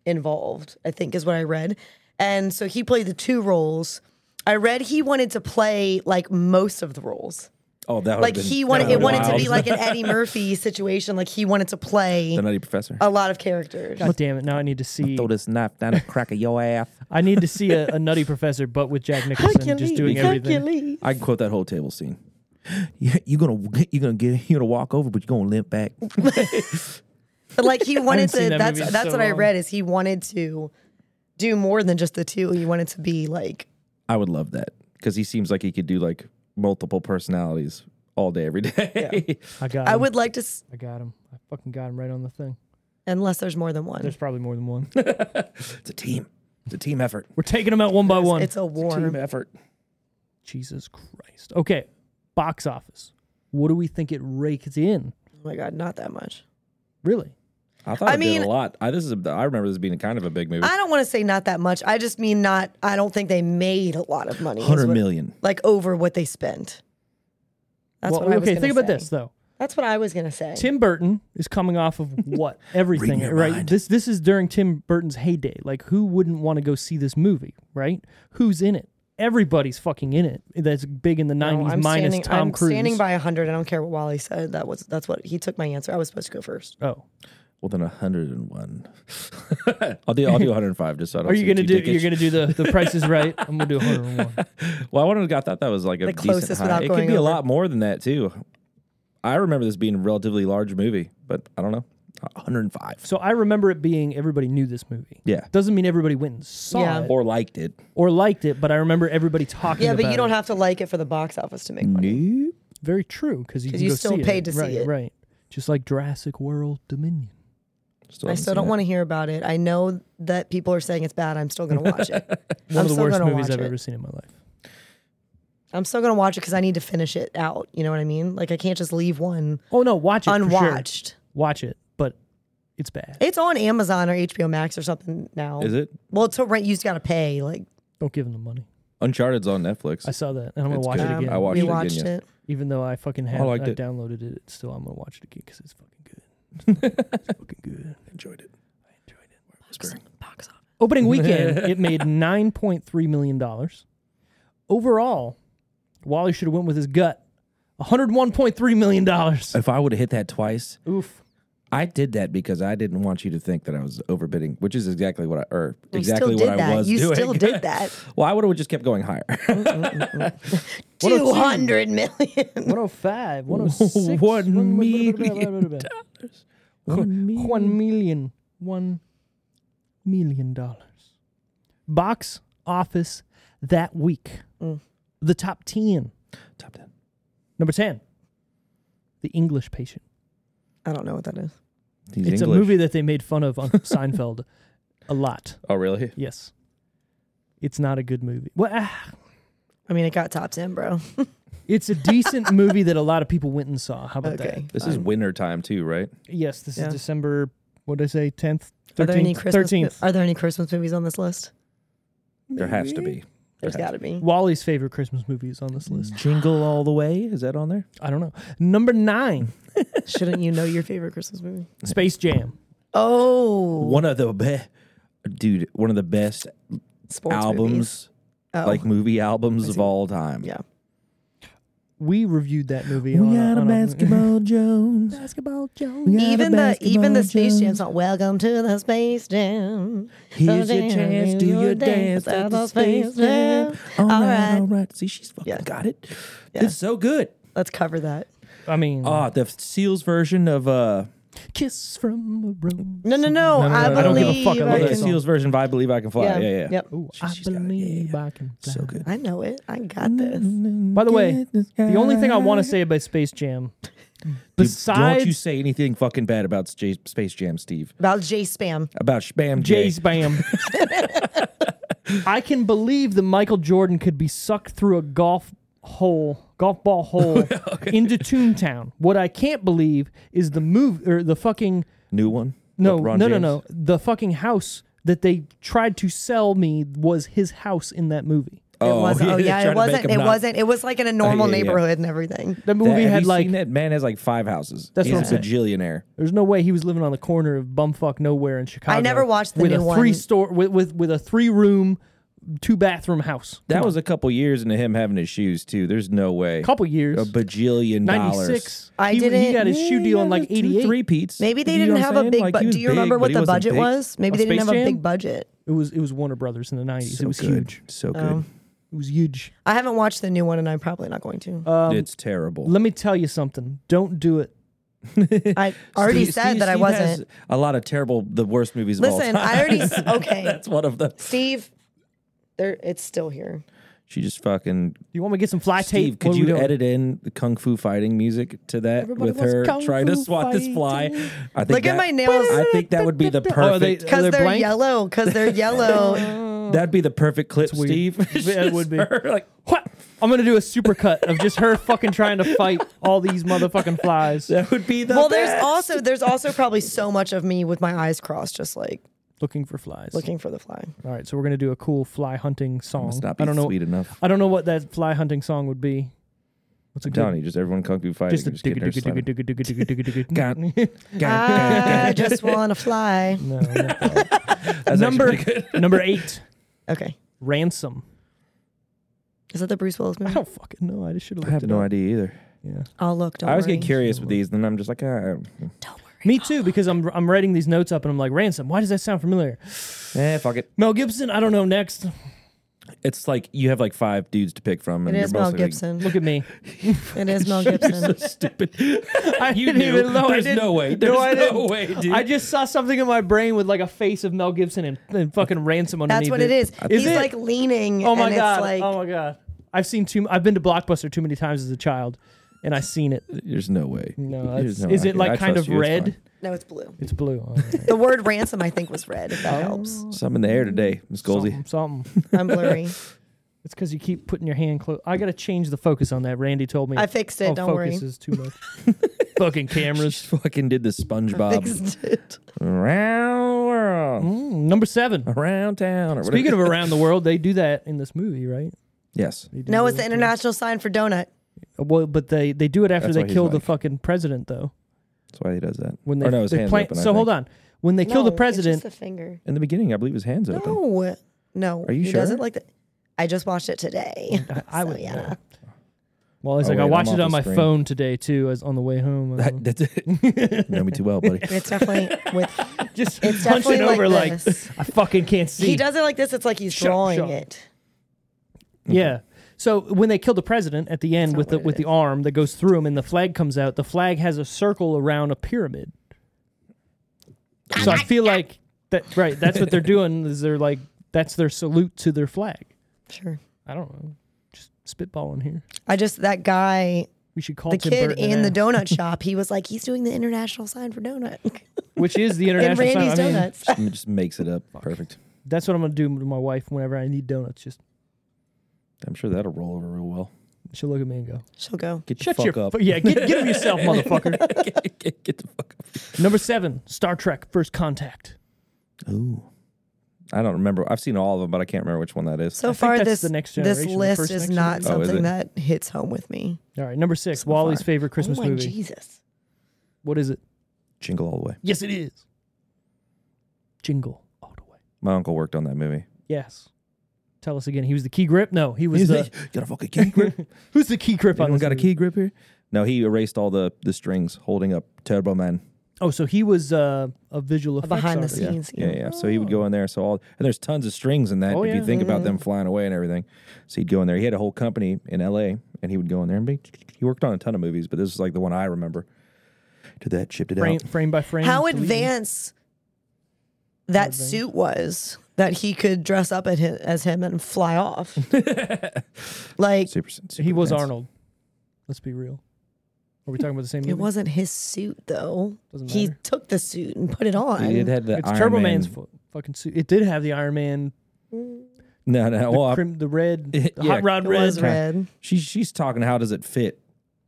involved, I think is what I read. And so he played the two roles. I read he wanted to play like most of the roles.
Oh, that
Like
would've been-
he wanted
that
it wanted to
would've
be
been
like an Eddie Murphy situation. Like he wanted to play
the Nutty Professor.
a lot of characters.
God damn it! Now I need to see.
Throw this knife down the crack of your ass.
I need to see a, a Nutty Professor, but with Jack Nicholson just doing everything.
Hercules.
I can quote that whole table scene. Yeah, you're gonna you're gonna get you're gonna walk over, but you're gonna limp back.
But like he wanted
seen
to.
that
That's
movie in
that's
so
what I
long.
read is he wanted to do more than just the two. He wanted to be like
I would love that because he seems like he could do like multiple personalities all day every day.
I got. Him.
I would like to, s-
I got him. I fucking got him right on the thing.
unless there's more than one.
There's probably more than one.
it's a team. It's a team effort.
We're taking them out one by one.
It's a
Team
warm.
effort.
Jesus Christ. Okay, box office. What do we think it raked in?
Oh my god, not that much.
Really?
I thought
I
I it mean,
mean-
did a lot. I this is a, I remember this being kind of a big movie.
I don't want to say not that much. I just mean not. I don't think they made a lot of money. is
Hundred
what-
million.
like over what they spent. That's
Well,
what I was
okay,
gonna
think about
say.
this though.
That's what I was gonna say.
Tim Burton is coming off of what everything,
your
right?
mind.
This this is during Tim Burton's heyday. Like, who wouldn't want to go see this movie, right? Who's in it? Everybody's fucking in it. That's big in the
No,
'90s,
I'm
minus
standing,
Tom
I'm
Cruise.
standing by hundred. I don't care what Wally said. That was that's what he took my answer. I was supposed to go first.
oh,
Well, then hundred and one. I'll do I'll do hundred and five. Just so I don't.
are you
seem
gonna
too
do?
dickish.
You're gonna do the the Price is Right? I'm gonna do 101.
Well, I wanted to got that. That was like a
The
decent
closest
high.
without
It could
going
be a
over.
lot more than that too. I remember this being a relatively large movie, but I don't know. 105
So I remember it being everybody knew this movie.
Yeah.
doesn't mean everybody went and saw
Yeah.
it
or liked it.
or liked it, but I remember everybody talking.
Yeah, but
about
you don't
it.
have to like it for the box office to make money.
Nope.
Very true, because you,
'Cause
can
you
go
still
see
paid to see
right,
it.
Right, just like Jurassic World Dominion.
Still
I
haven't
still
seen
don't
it.
want to hear about it. I know that people are saying it's bad. I'm still gonna watch it.
One
I'm
of the
still
worst
gonna
movies
watch
I've
it.
ever seen in my life.
I'm still gonna watch it because I need to finish it out. You know what I mean? Like I can't just leave one
Oh no, watch it. for sure.
unwatched.
Watch it, but it's bad.
It's on Amazon or HBO Max or something now.
Is it
Well, to rent, you just gotta pay. Like
Don't give them the money.
Uncharted's on Netflix?
I saw that, and I'm gonna
It's
watch
good.
it
um,
again.
I watched
we
it again,
watched
yeah.
it.
Even though I fucking had, I,
liked it.
downloaded it. it's Still, I'm gonna watch it again because it's fucking good. it's fucking good.
enjoyed it.
Enjoyed it.
Whispering.
Box office.
Opening weekend, it made nine point three million dollars. Overall, Wally should have went with his gut. One hundred one point three million dollars.
If I would have hit that twice,
Oof.
I did that because I didn't want you to think that I was overbidding, which is exactly what I or
You
exactly
still did
what
that.
I was
you
doing.
still did that.
well, I would have just kept going higher.
Two hundred million.
105, 106,
One
one-
million
One million. One million. One million dollars. Box office that week.
Mm.
The top 10.
Top ten.
Number 10, The English Patient.
I don't know what that is.
He's
it's
English.
a movie that they made fun of on Seinfeld a lot.
Oh, really?
Yes. It's not a good movie. Well, ah,
I mean, it got top ten, bro.
it's a decent movie that a lot of people went and saw. How about
Okay.
This is winter time too, right?
that? Yes, this
Yeah.
is December, what did I say, 10th? 13th,
Are there any Christmas? Uh,
13th.
Are there any Christmas movies on this list?
There has to be.
There's got to be.
Wally's favorite Christmas movie is on this list.
Jingle all the way. Is that on there?
I don't know. Number nine,
Shouldn't you know your favorite Christmas movie?
Space Jam.
Oh,
One of the best, dude. One of the best
sports movies.
albums,
Oh.
like movie albums of all time.
Yeah.
We reviewed that movie.
We
on
got
a,
a
on
basketball Jones.
basketball
We
Jones.
got a
Even the even the
basketball
Space Jam
Jones.
song. Welcome to the Space Jam.
Here's your
Jam,
chance. Do your dance at the Space Jam. All
All
right,
right.
all right. See, she's fucking
Yeah.
got it.
Yeah. Mm.
It's so good.
Let's cover that.
I mean,
Ah, the Seals version of uh,
Kiss from a Rose.
No,
No,
no, no.
no,
I
no, I don't give a
believe
fuck. I love
I
the
that
can.
song.
Seals version of "I Believe I Can Fly." Yeah,
Yeah.
yeah.
Yep.
Ooh,
She-
I
she's got it.
believe I can. Fly.
So good.
I know it. I got
Mm-hmm.
this.
By the way, the only thing I want to say about Space Jam, besides
don't you say anything fucking bad about J- Space Jam, Steve?
About J Spam.
About Spam J.
Jay's Bam, I can believe that Michael Jordan could be sucked through a golf hole, golf ball hole into Toontown. What I can't believe is the move or the fucking
New one.
No,
LeBron
no, no,
James?
no. The fucking house that they tried to sell me was his house in that movie.
it wasn't. Oh
they're
yeah,
trying
it
to make
wasn't.
them
It
not-
wasn't. It was like in a normal
yeah, yeah.
neighborhood and everything.
The
That-
movie
have
had
you
like
seen that man has like five houses.
That's what
He's
I'm
a bajillionaire.
there's no way he was living on the corner of bumfuck nowhere in Chicago.
never watched the
with
new
a
one.
three store with with, with a three room, two bathroom house.
That was a couple years into him having his shoes too. There's no way.
couple years.
a bajillion
Ninety
dollars.
six.
I
he, He
didn't-
got his shoe deal in like eighty
three
eight.
peats.
Maybe
You
they
know
didn't
what I'm
have a
saying?
big.
Like,
bu-
he was
do you remember
big, but
what
he
the
wasn't
budget
big.
was? Maybe
Oh,
they didn't
Space
have a
Jam?
big budget.
It was it was Warner Brothers in the nineties.
So
it was
good.
huge.
Oh.
So good.
It was huge.
I haven't watched the new one, and I'm probably not going to.
Um,
it's terrible.
Let me tell you something. Don't do it.
I already
Steve-
said
Steve-
that I
Steve
wasn't.
has a lot of terrible, the worst movies of all
Listen,
time.
I already s- okay.
That's one of the.
Steve, there it's still here.
She just fucking.
You want me to get some fly
Steve,
tape? What
could
are we
you
doing?
edit in the kung fu fighting music to that
Everybody
with
wants
her
kung
trying to
fu
swat this fly?
fighting.
I think
Look
that-
at my nails.
I think that would be the
Oh, are they-
perfect.
Are
Because they're
blank?
yellow. Because they're yellow.
that'd be the perfect clip,
weird.
Steve. It's
Yeah, it
just
would be.
her, like
What? I'm gonna do a supercut of just her fucking trying to fight all these motherfucking flies.
that would be the.
well, there's
best.
also there's also probably so much of me with my eyes crossed, just like
Looking for flies.
looking for the fly.
All right, so we're gonna do a cool fly hunting song.
Must not
I
be
don't know.
sweet enough.
I don't know what that fly hunting song would be. What's a
I'm
good?
telling you, just everyone kung fu fighting.
Just a
just getting
digga
her
digga digga
slapped.
digga digga digga digga digga.
Got-
Ah. I just want to fly.
No, not that.
That's
number
actually pretty good.
number eight.
Okay,
Ransom.
is that the Bruce Willis
I
movie?
don't fucking know. I just should have
I
looked
have
it
no
up.
idea either.
Yeah.
I'll look. Don't
I always
worry.
get curious with these, and then I'm just like, ah, I don't-
Me too, because I'm I'm writing these notes up and I'm like, ransom. Why does that sound familiar?
eh, fuck it.
Mel Gibson. I don't know. Next,
It's like you have like five dudes to pick from.
It
And
is
you're
Mel
mostly like,
Gibson.
look at me.
It is Mel Gibson.
Stupid.
I
You
didn't
knew.
even know. I
There's
didn't-
no way. There's
I
no
didn't.
way, dude.
I just saw something in my brain with like a face of Mel Gibson and, and fucking ransom underneath.
That's what it is.
Is
He's
it?
like leaning.
Oh my
and
god!
It's like,
oh my god! I've seen too. I've been to Blockbuster too many times as a child, and I've seen it.
There's no way.
No,
There's
it's,
no-
is
I
it
can- I
like kind
trust
of
you, it's
red?
fine.
No, it's blue.
It's blue. All right.
The word ransom, I think, was red. If that
Oh.
helps.
Some in the air today, Miss Golsey.
Something. something.
I'm blurry.
It's because you keep putting your hand close. I gotta change the focus on that. Randy told me.
I fixed it.
oh,
don't
focus
worry.
is too much. fucking cameras.
Fucking did the
um,
SpongeBob
Fixed it.
around world,
Mm, number seven.
around town. Or whatever.
Speaking of around the world, they do that in this movie, right?
yes,
They do
No, it's
the- Uh,
the international sign for donut.
Well, but they they do it after
That's
they
why he's
kill the
like-
fucking president, though.
that's why he does that.
When they
or no, his
they
hands
plant-
open. I
so hold
think.
on. When they kill the president,
It's just a finger.
In the beginning, I believe his hands open.
No, no.
Are you
he does
sure?
it like that. I just watched it today.
I
So,
would
yeah.
know. Well, it's
Oh,
like I
wait,
watched
I'm
it
off
on
the
my
screen.
phone today too, as on the way home. I
That-
don't know.
that's it. know me too well, buddy.
It's definitely with.
Just
It's
punching
definitely like
over like,
this.
I fucking can't see.
He does it like this. It's like he's
Shut-
drawing
shut.
it.
Yeah. So when they kill the president at the end
not
with the
what it
with the
is.
arm that goes through him and the flag comes out, the flag has a circle around a pyramid. So I feel like that right, that's what they're doing is they're like that's their salute to their flag.
Sure.
I don't know. Just spitballing here.
I just that guy,
We should call
the
Tim
kid
Burton
in
and
the
ask,
donut shop. He was like, he's doing the international sign for donut.
which is the
and
international
Randy's
sign. I mean,
donuts.
Just- just makes it up. Perfect.
that's what I'm gonna do to my wife whenever I need donuts. Just
I'm sure that'll roll over real well.
she'll look at me and go,
She'll go.
Get the
"Shut
fuck
your
up.
fu- yeah, get get 'em yourself, motherfucker."
get, get- get the fuck up.
Number seven, Star Trek: First Contact.
Ooh. I don't remember. I've seen all of them, but I can't remember which one that is.
So
think
far,
that's
this
the next
this
generation, the
list
first
is
next
not
generation. Oh, is
something that hits home with me.
All right, number six,
So
Wally's
far.
favorite Christmas
oh my
movie.
Jesus.
What is it?
Jingle all the way.
Yes, it is. Jingle all the way.
My uncle worked on that movie.
Yes. Tell us again. He was the key grip. No, he was the.
got a fucking key grip.
Who's the key grip on
Anyone
this
got a
movie?
key grip here? No, he erased all the the strings holding up Turbo Man.
Oh, so he was uh, a visual effects
behind the
artist.
scenes.
Yeah,
Jeez,
yeah,
yeah.
yeah. So he would go in there. So all and there's tons of strings in that.
Oh,
if
yeah.
you think about them flying away and everything, so he'd go in there. He had a whole company in L.A. and he would go in there and be. He worked on a ton of movies, but this is like the one I remember. Did that, shipped it
Frame,
out.
frame by frame.
How
deleting.
advanced that suit was that he could dress up at him, as him and fly off. like
Super,
He
super
was
advanced.
Arnold. Let's be real. Are we talking about the same movie?
it wasn't his suit though.
Doesn't
He
matter.
took the suit and put it on.
It had the
It's
Iron
Turbo
Man-
Man's foot. Fucking suit. It did have the Iron Man,
No, no.
the,
well, Oh, I-
crim, the red, the
Yeah,
hot rod
it
red.
was red.
she's she's talking. How does it fit?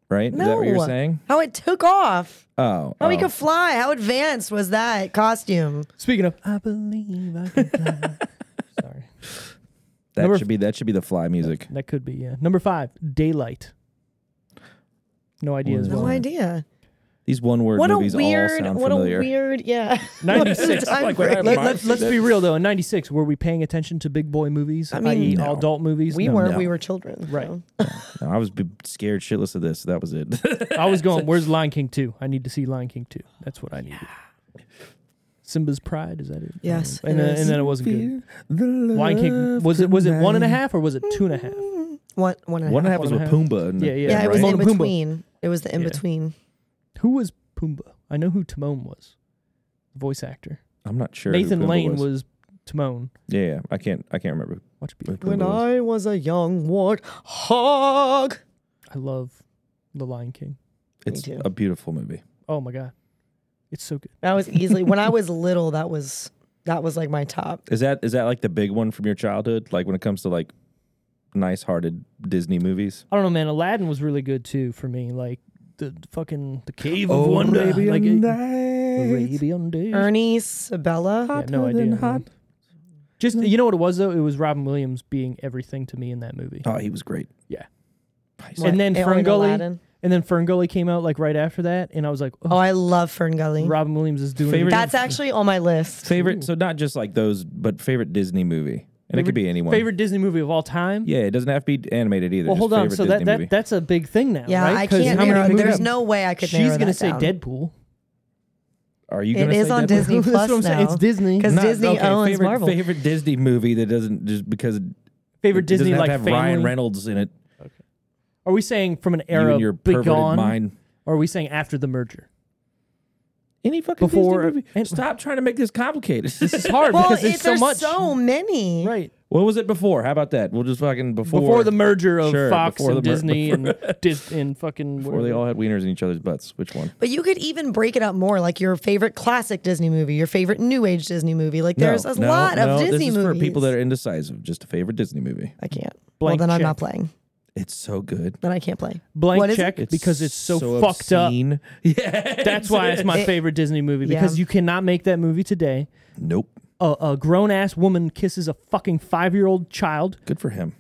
Right?
No.
Is that what you're saying?
How it took off.
Oh,
How he
oh.
could fly. How advanced was that costume?
Speaking of, I believe I can fly. Sorry.
That
Number-
should be that should be the fly music.
That could be, yeah. Number five, daylight. No idea as
What
No
well.
idea.
These one word
What a
movies all
weird,
sound
what a
familiar.
weird, yeah.
96.
Time
Like,
frame.
what
Let,
Mine
let,
said
let's
that.
be real though. In '96, were we paying attention to big boy movies,
I mean,
i.e.,
No.
adult movies?
we
No.
weren't.
no.
We were children.
Right.
so.
No, I was b- scared shitless of this. That was it.
I was going. Where's Lion King two? I need to see Lion King two. That's what I needed. Simba's Pride is that it?
Yes,
And
it
then,
is.
and then it wasn't good. Lion King was it was it one and a half or was it two and a half?
Mm. One, one and a
One and a half
half.
was
One
with
and a half.
Pumbaa. And
Yeah, yeah.
Yeah, it was
right?
in
Timon and Pumbaa.
between. It was the in
Yeah.
between.
Who was Pumbaa? I know who Timon was. Voice actor
I'm not sure. who
Nathan
Pumbaa
Lane
was.
was. Timon.
Yeah, yeah, I can't. I can't remember.
Watch it be.
who Pumbaa was.
I was a young wart hog.
I love The Lion King.
It's
too.
a beautiful movie.
Oh my god, it's so good.
That was easily when I was little. That was that was like my top.
Is that is that like the big one from your childhood? Like when it comes to like nice-hearted Disney movies.
I don't know, man. Aladdin was really good too for me. Like the fucking the Cave
Oh,
of Wonder, like it-
night.
Arabian Days.
Ernie, Sabella.
Yeah, no
hotter than
idea.
hot.
man. Mm-hmm. Just you know what it was though? It was Robin Williams being everything to me in that movie.
Oh, he was great.
Yeah.
Nice.
And then
It only
Ferngully,
Aladdin.
and then Ferngully came out like right after that, and I was like, oh,
Oh, I love Ferngully.
Robin Williams is doing
Favorite-
That's actually on my list.
favorite. So not just like those, but favorite Disney movie, and it could be anyone.
favorite Disney movie of all time.
Yeah, it doesn't have to be animated either.
Well,
just
hold on.
favorite
So
Disney
that, that
movie.
that's a big thing now,
Yeah,
right?
I
'Cause
can't
how many
narrow.
movies-
There's no way I could narrow
She's gonna
that
say
down.
Deadpool.
Are you?
It
gonna
is
say
on
Deadpool?
Disney
That's
Plus
what I'm saying.
now.
It's Disney.
because
Not-
Disney
okay,
owns
favorite,
Marvel.
Favorite Disney movie that doesn't just because it
Favorite
doesn't
Disney
have
like
to have
family.
Ryan Reynolds in it.
Are we saying from an
you
era
and your perverted
begone?
mind.
Or are we saying after the merger?
Any fucking
Before-
Disney movie.
and-
Stop trying to make this complicated.
This is hard
Well,
because
it-
there's so
there's
much.
so many.
right.
what was it before? How about that? We'll just fucking before
before the merger of
Sure,
Fox
before
and
the mer-
Disney and Dis- and fucking
before they all had wieners in each other's butts. Which one?
But you could even break it up more, like your favorite classic Disney movie, your favorite new age Disney movie. Like there's
no,
a
no,
lot
no,
of Disney
this is
movies.
for people that are indecisive. Just a favorite Disney movie.
I can't.
Blank
well, then I'm
check.
not playing.
It's so good.
Then I can't play.
blank
What is it?
check
It's
because it's so, fucked up.
obscene. Yeah.
That's why it's my
It-
favorite Disney movie because
Yeah.
you cannot make that movie today.
Nope.
A, a grown ass woman kisses a fucking five year old child.
Good for him.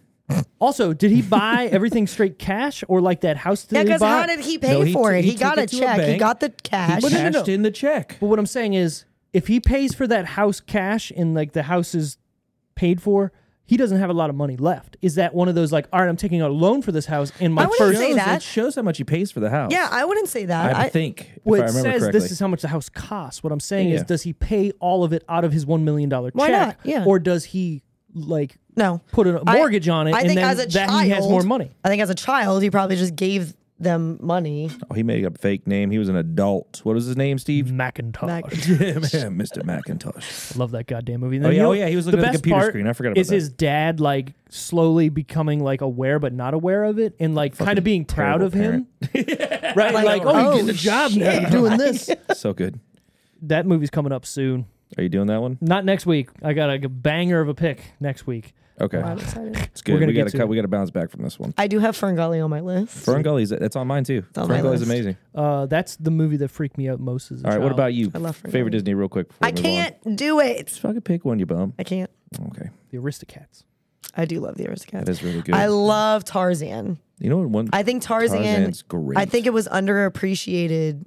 Also, did he buy everything straight cash or like that house that
Yeah,
he
because
bought?
how did he pay
No, he
for
t-
it?
he
He,
took
got
it to
a
a
check. he
bank.
got the cash.
But no, no,
Cashed
no.
in the check.
but what I'm saying is, if he pays for that house cash and like the house is paid for. He doesn't have a lot of money left. Is that one of those like, all right, I'm taking a loan for this house in my
I wouldn't
first
say
Shows-
that.
It shows how much he pays for the house.
yeah, I wouldn't say that.
I,
I,
think. If
Well,
I
it
remember
says
correctly.
this is how much the house costs. What I'm saying is,
Yeah.
does he pay all of it out of his one million dollar check,
Why not? Yeah.
or does he like
no.
put a
I-
mortgage on it
I
and
think
then
as a
that
child,
he has more money?
I think as a child, he probably just gave them money.
Oh, he made up a fake name. He was an adult. What was his name, Steve?
Macintosh,
Mac-
Mr. McIntosh.
love that goddamn movie. And
Oh,
then,
yeah,
you know,
oh, yeah, he was looking at the
best
computer
part
screen. I forgot about
is
that.
his dad like slowly becoming like aware but not aware of it, and like kind of being proud
terrible
of him, right? Like, oh, you
oh,
get a job now, you're doing this.
so good.
that movie's coming up soon.
Are you doing that one?
Not next week. I got a banger of a pick next week.
Okay,
I'm excited.
it's good.
We're gonna
we
get
got
to
cut.
it.
We got to bounce back from this one.
I do have Ferngully on my list.
Fern Gully's. That's on mine too.
on
Fern
my
Gully's
list.
amazing.
Uh, that's the movie that freaked me out most as a
All right,
child.
what about you?
I love Fern
Favorite
Gully.
Disney, real quick. before
I
we move on.
can't do it.
Just fucking pick one, you bum.
I can't.
Okay,
the Aristocats?
I do love the Aristocats.
that is really good.
I love Tarzan.
you know what? One.
I think Tarzan.
Tarzan's great.
I think it was underappreciated.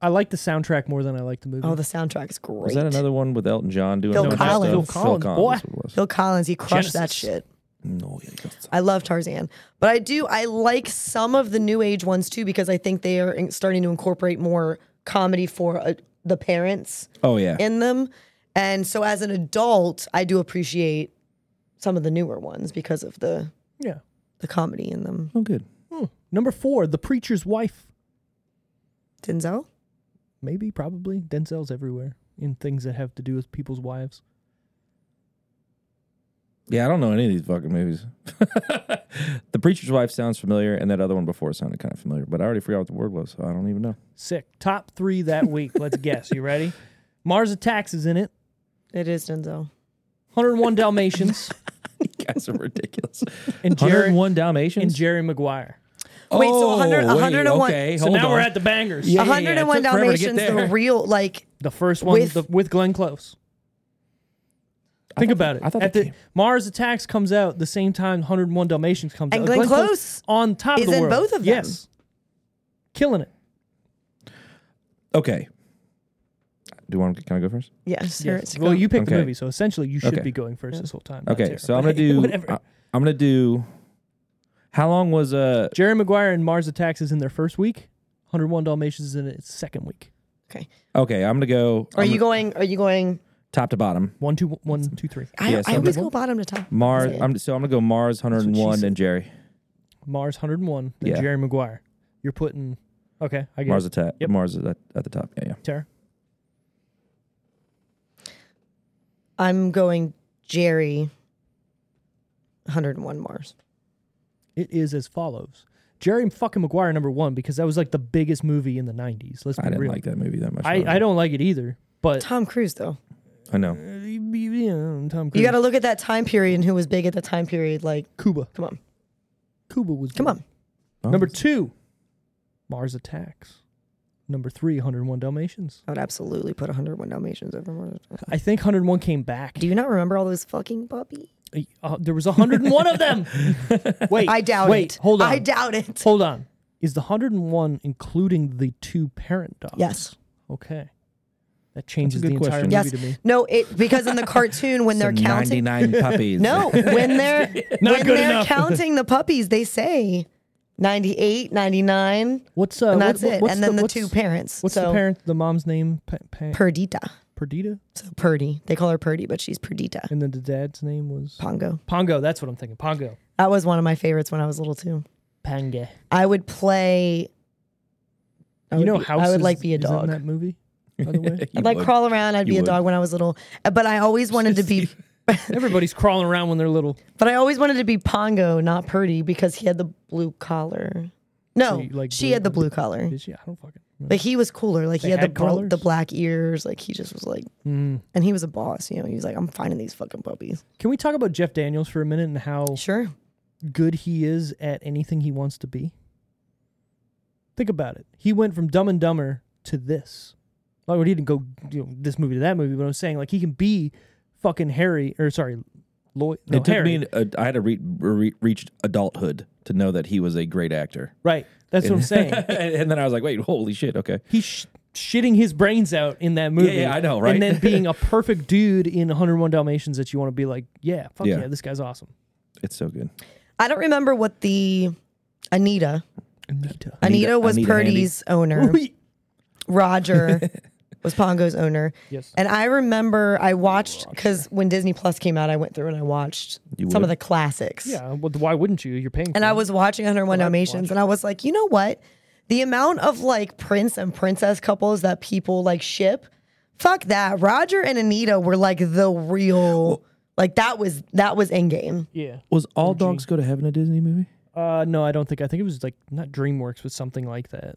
I like the soundtrack more than I like the movie.
Oh, the soundtrack is great.
was that another one with Elton John doing
Phil
all that stuff?
Collins. Phil
Collins, boy.
that's what it was.
Phil Collins, he crushed that
Genesis.
shit.
No, yeah, that's-
I love Tarzan, but I do I like some of the new age ones too because I think they are in- starting to incorporate more comedy for uh, the parents
oh yeah.
in them. And so as an adult, I do appreciate some of the newer ones because of the
yeah. Hmm.
the comedy in them.
Oh, good.
Number four, The Preacher's Wife.
Denzel?
Maybe, probably. Denzel's everywhere in things that have to do with people's wives.
Yeah, I don't know any of these fucking movies. the Preacher's Wife sounds familiar, and that other one before sounded kind of familiar, but I already forgot what the word was, so I don't even know.
Sick. Top three that week. Let's guess. You ready? Mars Attacks is in it.
It is Denzel.
101 Dalmatians
You guys are ridiculous.
and Jerry
101
and
Dalmatians?
Jerry Maguire.
Wait, so 100
Oh, wait,
101
Okay,
So
hold
now
on.
we're at the bangers.
Yeah, yeah, yeah, it
101
took forever to get
Dalmatians, the
there.
real like
The first one with,
With-
the, with Glenn Close. Think about it.
I thought
At
they
the,
came-
Mars Attacks comes out the same time 101 Dalmatians comes
And
out.
Glenn Close
on top
is
of the
in
world.
both of them.
Yes, killing it.
Okay. Do you want to, can I go first?
Yeah, Sarah,
Yes.
it's
Well,
go.
you picked the
Okay.
movie, so essentially you should
Okay.
be going first this whole time. not
Okay,
Sarah.
so I'm gonna
But
do. uh,
whatever.
I, am gonna do. How long was uh?
Jerry Maguire and Mars Attacks is in their first week. 101 Dalmatians is in its second week.
okay.
Okay, I'm gonna go.
Are
I'm
you
gonna-
going? Are you going?
top to bottom?
One, two, one, two, three.
I,
Yeah,
I always
so-
go bottom to top.
Mars.
Yeah.
I'm so I'm gonna go Mars 101 and Jerry
Mars 101, then
Yeah.
Jerry Maguire. You're putting. Okay, I get
Mars
it.
attack.
Yep.
Mars at, at the top. Yeah, yeah.
Tara.
I'm going Jerry. 101 Mars.
It is as follows. Jerry fucking Maguire number one because that was like the biggest movie in the '90s. Let's be
I didn't
real.
like that movie that much.
I, I don't like it either. But uh,
Tom Cruise though.
I know.
Yeah, Tom Cruise.
You got to look at that time period and who was big at that time period. Like,
Cuba.
come on,
Cuba was
come
good.
on.
Oh,
Number two, Mars Attacks. Number three, 101 Dalmatians.
I would absolutely put 101 Dalmatians over Mars.
I think 101 came back.
Do you not remember all those fucking puppies?
Uh, there was 101 of them. Wait,
I doubt
wait,
it.
Hold on,
I doubt it.
hold on. Is the 101 including the two parent dogs?
Yes.
Okay. That changes the
good
entire
question.
movie
Yes.
to me.
No, it because in the cartoon when they're
some
counting
99 puppies.
No, when they're
Not
when
good
they're
enough.
counting the puppies, they say 98, 99,
What's uh?
and
what-
that's
what-
it.
what's
and then the,
what's-
two parents.
What's
so
the parent? The mom's name? Pa- pa-
Perdita.
Perdita.
So Purdy. They call her Purdy, but she's Perdita.
And then the dad's name was
Pongo.
Pongo. That's what I'm thinking. Pongo.
That was one of my favorites when I was little too.
Pange.
I would play I
You
would
know
be-
House
I would
is-
like be a
is in
dog.
that movie, by the way.
You
I'd like
would.
crawl around. I'd
You
be a
would.
dog when I was little, Uh, but I always wanted to be.
Everybody's crawling around when they're little.
But I always wanted to be Pongo, not Purdy, because he had the blue collar. No,
you like
she
blue-
had the blue collar,
Is she? I don't fucking. Remember.
but he was cooler. Like
They
he had,
had
the bro-
collars?
the black ears. Like he just was like, and he was a boss. You know, he was like, I'm finding these fucking puppies.
Mm. Can we talk about Jeff Daniels for a minute and how
Sure,
good he is at anything he wants to be? Think about it. He went from Dumb and Dumber to this. Like, well, he didn't go you know, this movie to that movie, but I'm saying like he can be fucking Harry or sorry, Lloyd. No,
It took
Harry.
me. uh, I had to re- re- reach adulthood to know that he was a great actor.
right. That's what I'm saying.
and, and then I was like, wait, holy shit. Okay.
He's sh- shitting his brains out in that movie.
yeah, I know, right?
And then being a perfect dude in 101 Dalmatians that you want to be like, yeah, fuck yeah,
Yeah.
this guy's awesome.
It's so good.
I don't remember what the Anita.
Anita.
Anita, was
Anita Handy.
Purdy's owner. Roger was Pongo's owner.
Yes.
And I remember I watched because when Disney Plus came out, I went through and I watched
You
some
would?
of the classics.
Yeah, well, why wouldn't you? You're paying.
And
for
I
it.
was watching 101 Dalmatians, and I was like, you know what? The amount of like prince and princess couples that people like ship, fuck that. Roger and Anita were like the real, like that was that was endgame.
Yeah.
Was All Dogs Go to Heaven a Disney movie?
Uh, no, I don't think. I think it was like not DreamWorks, but something like that.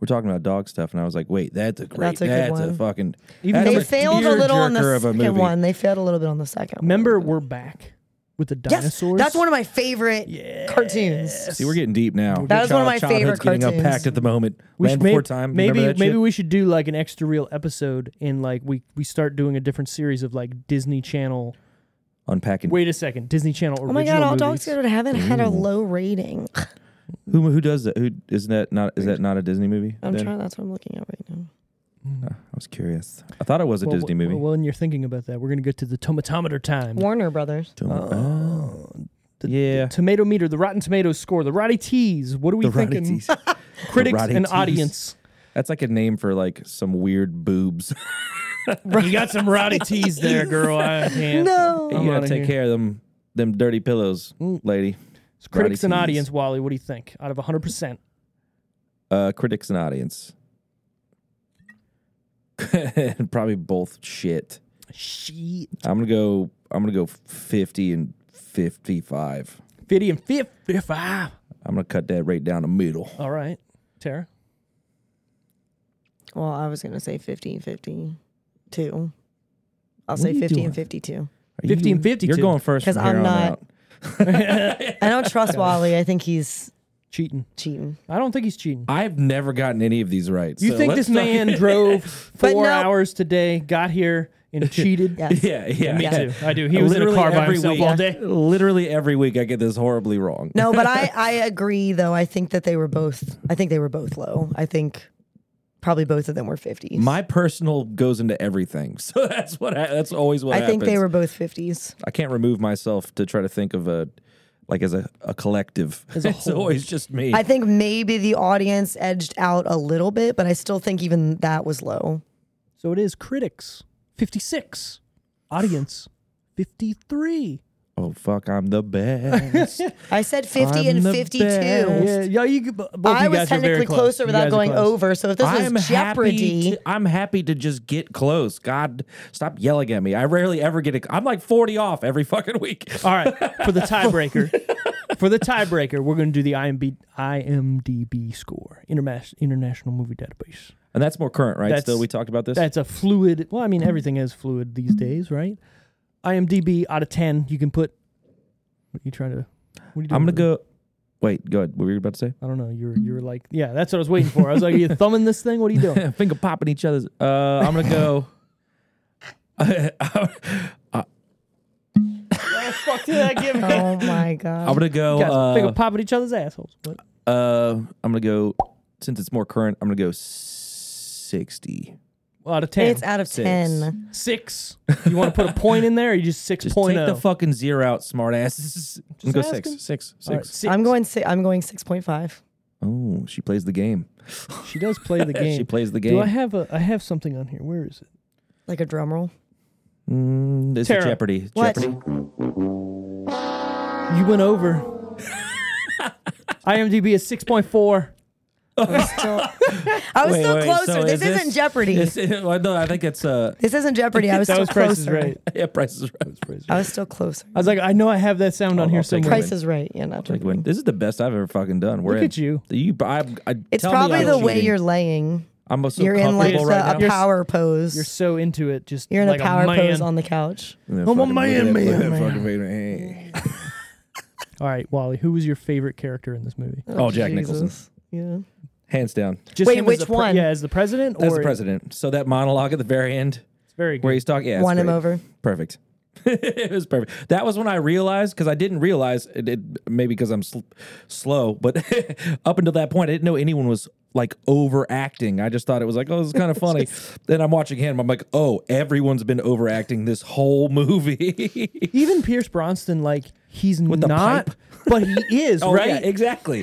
We're talking about dog stuff, and I was like, wait, that's a great.
That's
That's
a
a,
good one.
fucking.
Even
that's
They
though
a
failed a little on
tearjerker
the
of a
second
movie.
one. They failed a little bit on the second one.
Remember, we're back with the
Oh, Yes,
dinosaurs.
that's one of my favorite cartoons.
See, we're getting deep now.
That is one of my
childhood's
favorite
getting
cartoons.
unpacked at the moment.
We
Land
should may-
before time.
Maybe
Remember that
maybe
shit?
we should do like an extra real episode, and like we we start doing a different series of like Disney Channel.
unpacking.
Wait a second, Disney Channel
Oh
original
my god, all
movies.
dogs go to heaven had a low rating.
Who who does that? Who isn't that not? Is that not a Disney movie?
I'm
then?
trying. That's what I'm looking at right now.
I was curious. I thought it was a
Well,
Disney
well,
movie.
Well, and you're thinking about that. We're gonna get to the tomatometer time.
Warner Brothers.
The-
yeah.
The tomato meter, the Rotten Tomatoes score, the Roddy T's. What are we
Karate
thinking?
Teeth.
Critics
Karate
and
Tees.
audience.
That's like a name for like some weird boobs.
You got some Roddy T's there, girl. I can't.
No.
I'm
you gotta
outta
take
here.
care of them them dirty pillows, lady.
Critics
Karate
and
Tees.
audience, Wally, what do you think? Out of 100%.
Uh, critics and audience. Probably both shit.
Shit.
I'm gonna go. I'm gonna go fifty and fifty-five.
50 and 55.
I'm gonna cut that right down the middle.
All right. Tara?
Well, I was gonna say 50 52. I'll
are
say
you
50
doing?
and 52.
Are you-
50 and 52.
You're going first
'Cause
from here on
I'm not-
out.
I don't trust Wally. I think he's
Cheating.
cheating.
I don't think he's cheating.
I've never gotten any of these right.
You
so
think
let's
this
not-
man drove
But
four
no.
hours today, got here, and cheated.
Yes.
Yeah, yeah,
Me
yeah.
too. I do. He was in a
Literally
car by
every
himself
week-
all day.
Literally every week, I get this horribly wrong.
No, but I, I agree though. I think that they were both. I think they were both low. I think probably both of them were fifties.
My personal goes into everything, so that's what I, that's always what
I think they
happens.
were both fifties.
I can't remove myself to try to think of a like as a, a collective.
As a
it's
whole.
always just me.
I think maybe the audience edged out a little bit, but I still think even that was low.
So it is critics 56, audience 53.
oh fuck, I'm the best.
I said 50
I'm
and
the
52.
best.
Yeah, yeah, you could- both of you
I was
guys are very
technically
close.
closer
You
without
guys are
going
close.
over. So if this
I'm
was Jeopardy,
happy. To, I'm happy to just get close. God, stop yelling at me. I rarely ever get. A, I'm like 40 off every fucking week.
All right, for the tiebreaker, for the tiebreaker, we're going to do the IMB, IMDb score, Intermas- International Movie Database.
And that's more current, right?
That's-
Still, we talked about this.
That's a fluid. Well, I mean, everything is fluid these
Mm-hmm.
days, right? IMDb out of ten, you can put. What are you trying to? What are you doing
I'm gonna
with it?
go. Wait, go ahead. What were you about to say?
I don't know. You're you're like yeah. That's what I was waiting for. I was like, are you thumbing this thing? What are you doing?
Finger popping each other's. Uh, I'm gonna go.
Fuck did I give him?
oh my God.
I'm gonna go.
Guys,
Uh,
finger pop at each other's assholes. What?
uh, I'm gonna go. Since it's more current, I'm gonna go 60.
Out of ten,
It's out of
Six.
10.
six. You want to put a point in there? Or you just six
Just
point
take the
oh?
fucking zero out, smartass. I'm gonna go six,
asking.
six,
All right,
six.
six.
I'm going si- I'm going 6.5.
Oh, she plays the game.
She does play the game.
She plays the
Do I
game.
have a? I have something on here. Where is it?
Like a drum roll.
Mm, this
Tara.
is Jeopardy.
What?
Jeopardy.
You went over. IMDb is six point four.
I was
Wait,
Oh, still
wait,
closer.
so is
this isn't Jeopardy. This,
This is, well, no, I think it's uh,
isn't Jeopardy. I was
That
still
was Price is
closer.
Right.
yeah, Price is Right.
I was still closer.
I was like, I know I have that sound on
I'll-
here
I'll take it.
somewhere.
Price is right. Yeah, not
Like
Jeopardy.
when- this is the best I've ever fucking done. We're
Look
in-
at you.
You, I, I,
It's
tell me
probably
I'm
the way
cheating.
you're laying.
I'm so
You're in like uh,
comfortable
the-
right now.
a power pose.
You're
You're,
so into it, just
in
like
a power
man.
pose on the couch.
Yeah,
I'm a
fucking look at
man,
that- look at
man,
that fucking Vader. Hey.
All right, Wally, who was your favorite character in this movie?
Oh, Jack Nicholson,
Jesus. Yeah.
hands down.
Just
Uh, Wait,
him as
which
the pre-
one?
Yeah, as the president or
That's the president. So that monologue at the very end,
It's very
where
good.
he's talking, yeah, it's
Won him
great.
over.
Perfect. it was perfect. That was when I realized because I didn't realize it, it- maybe because I'm sl- slow, but up until that point, I didn't know anyone was like overacting. I just thought it was like, oh, this is kind of funny. then I'm watching him. I'm like, oh, everyone's been overacting this whole movie.
Even Pierce Bronston, like he's
the
not,
pipe?
but he is
Oh,
right.
yeah, exactly.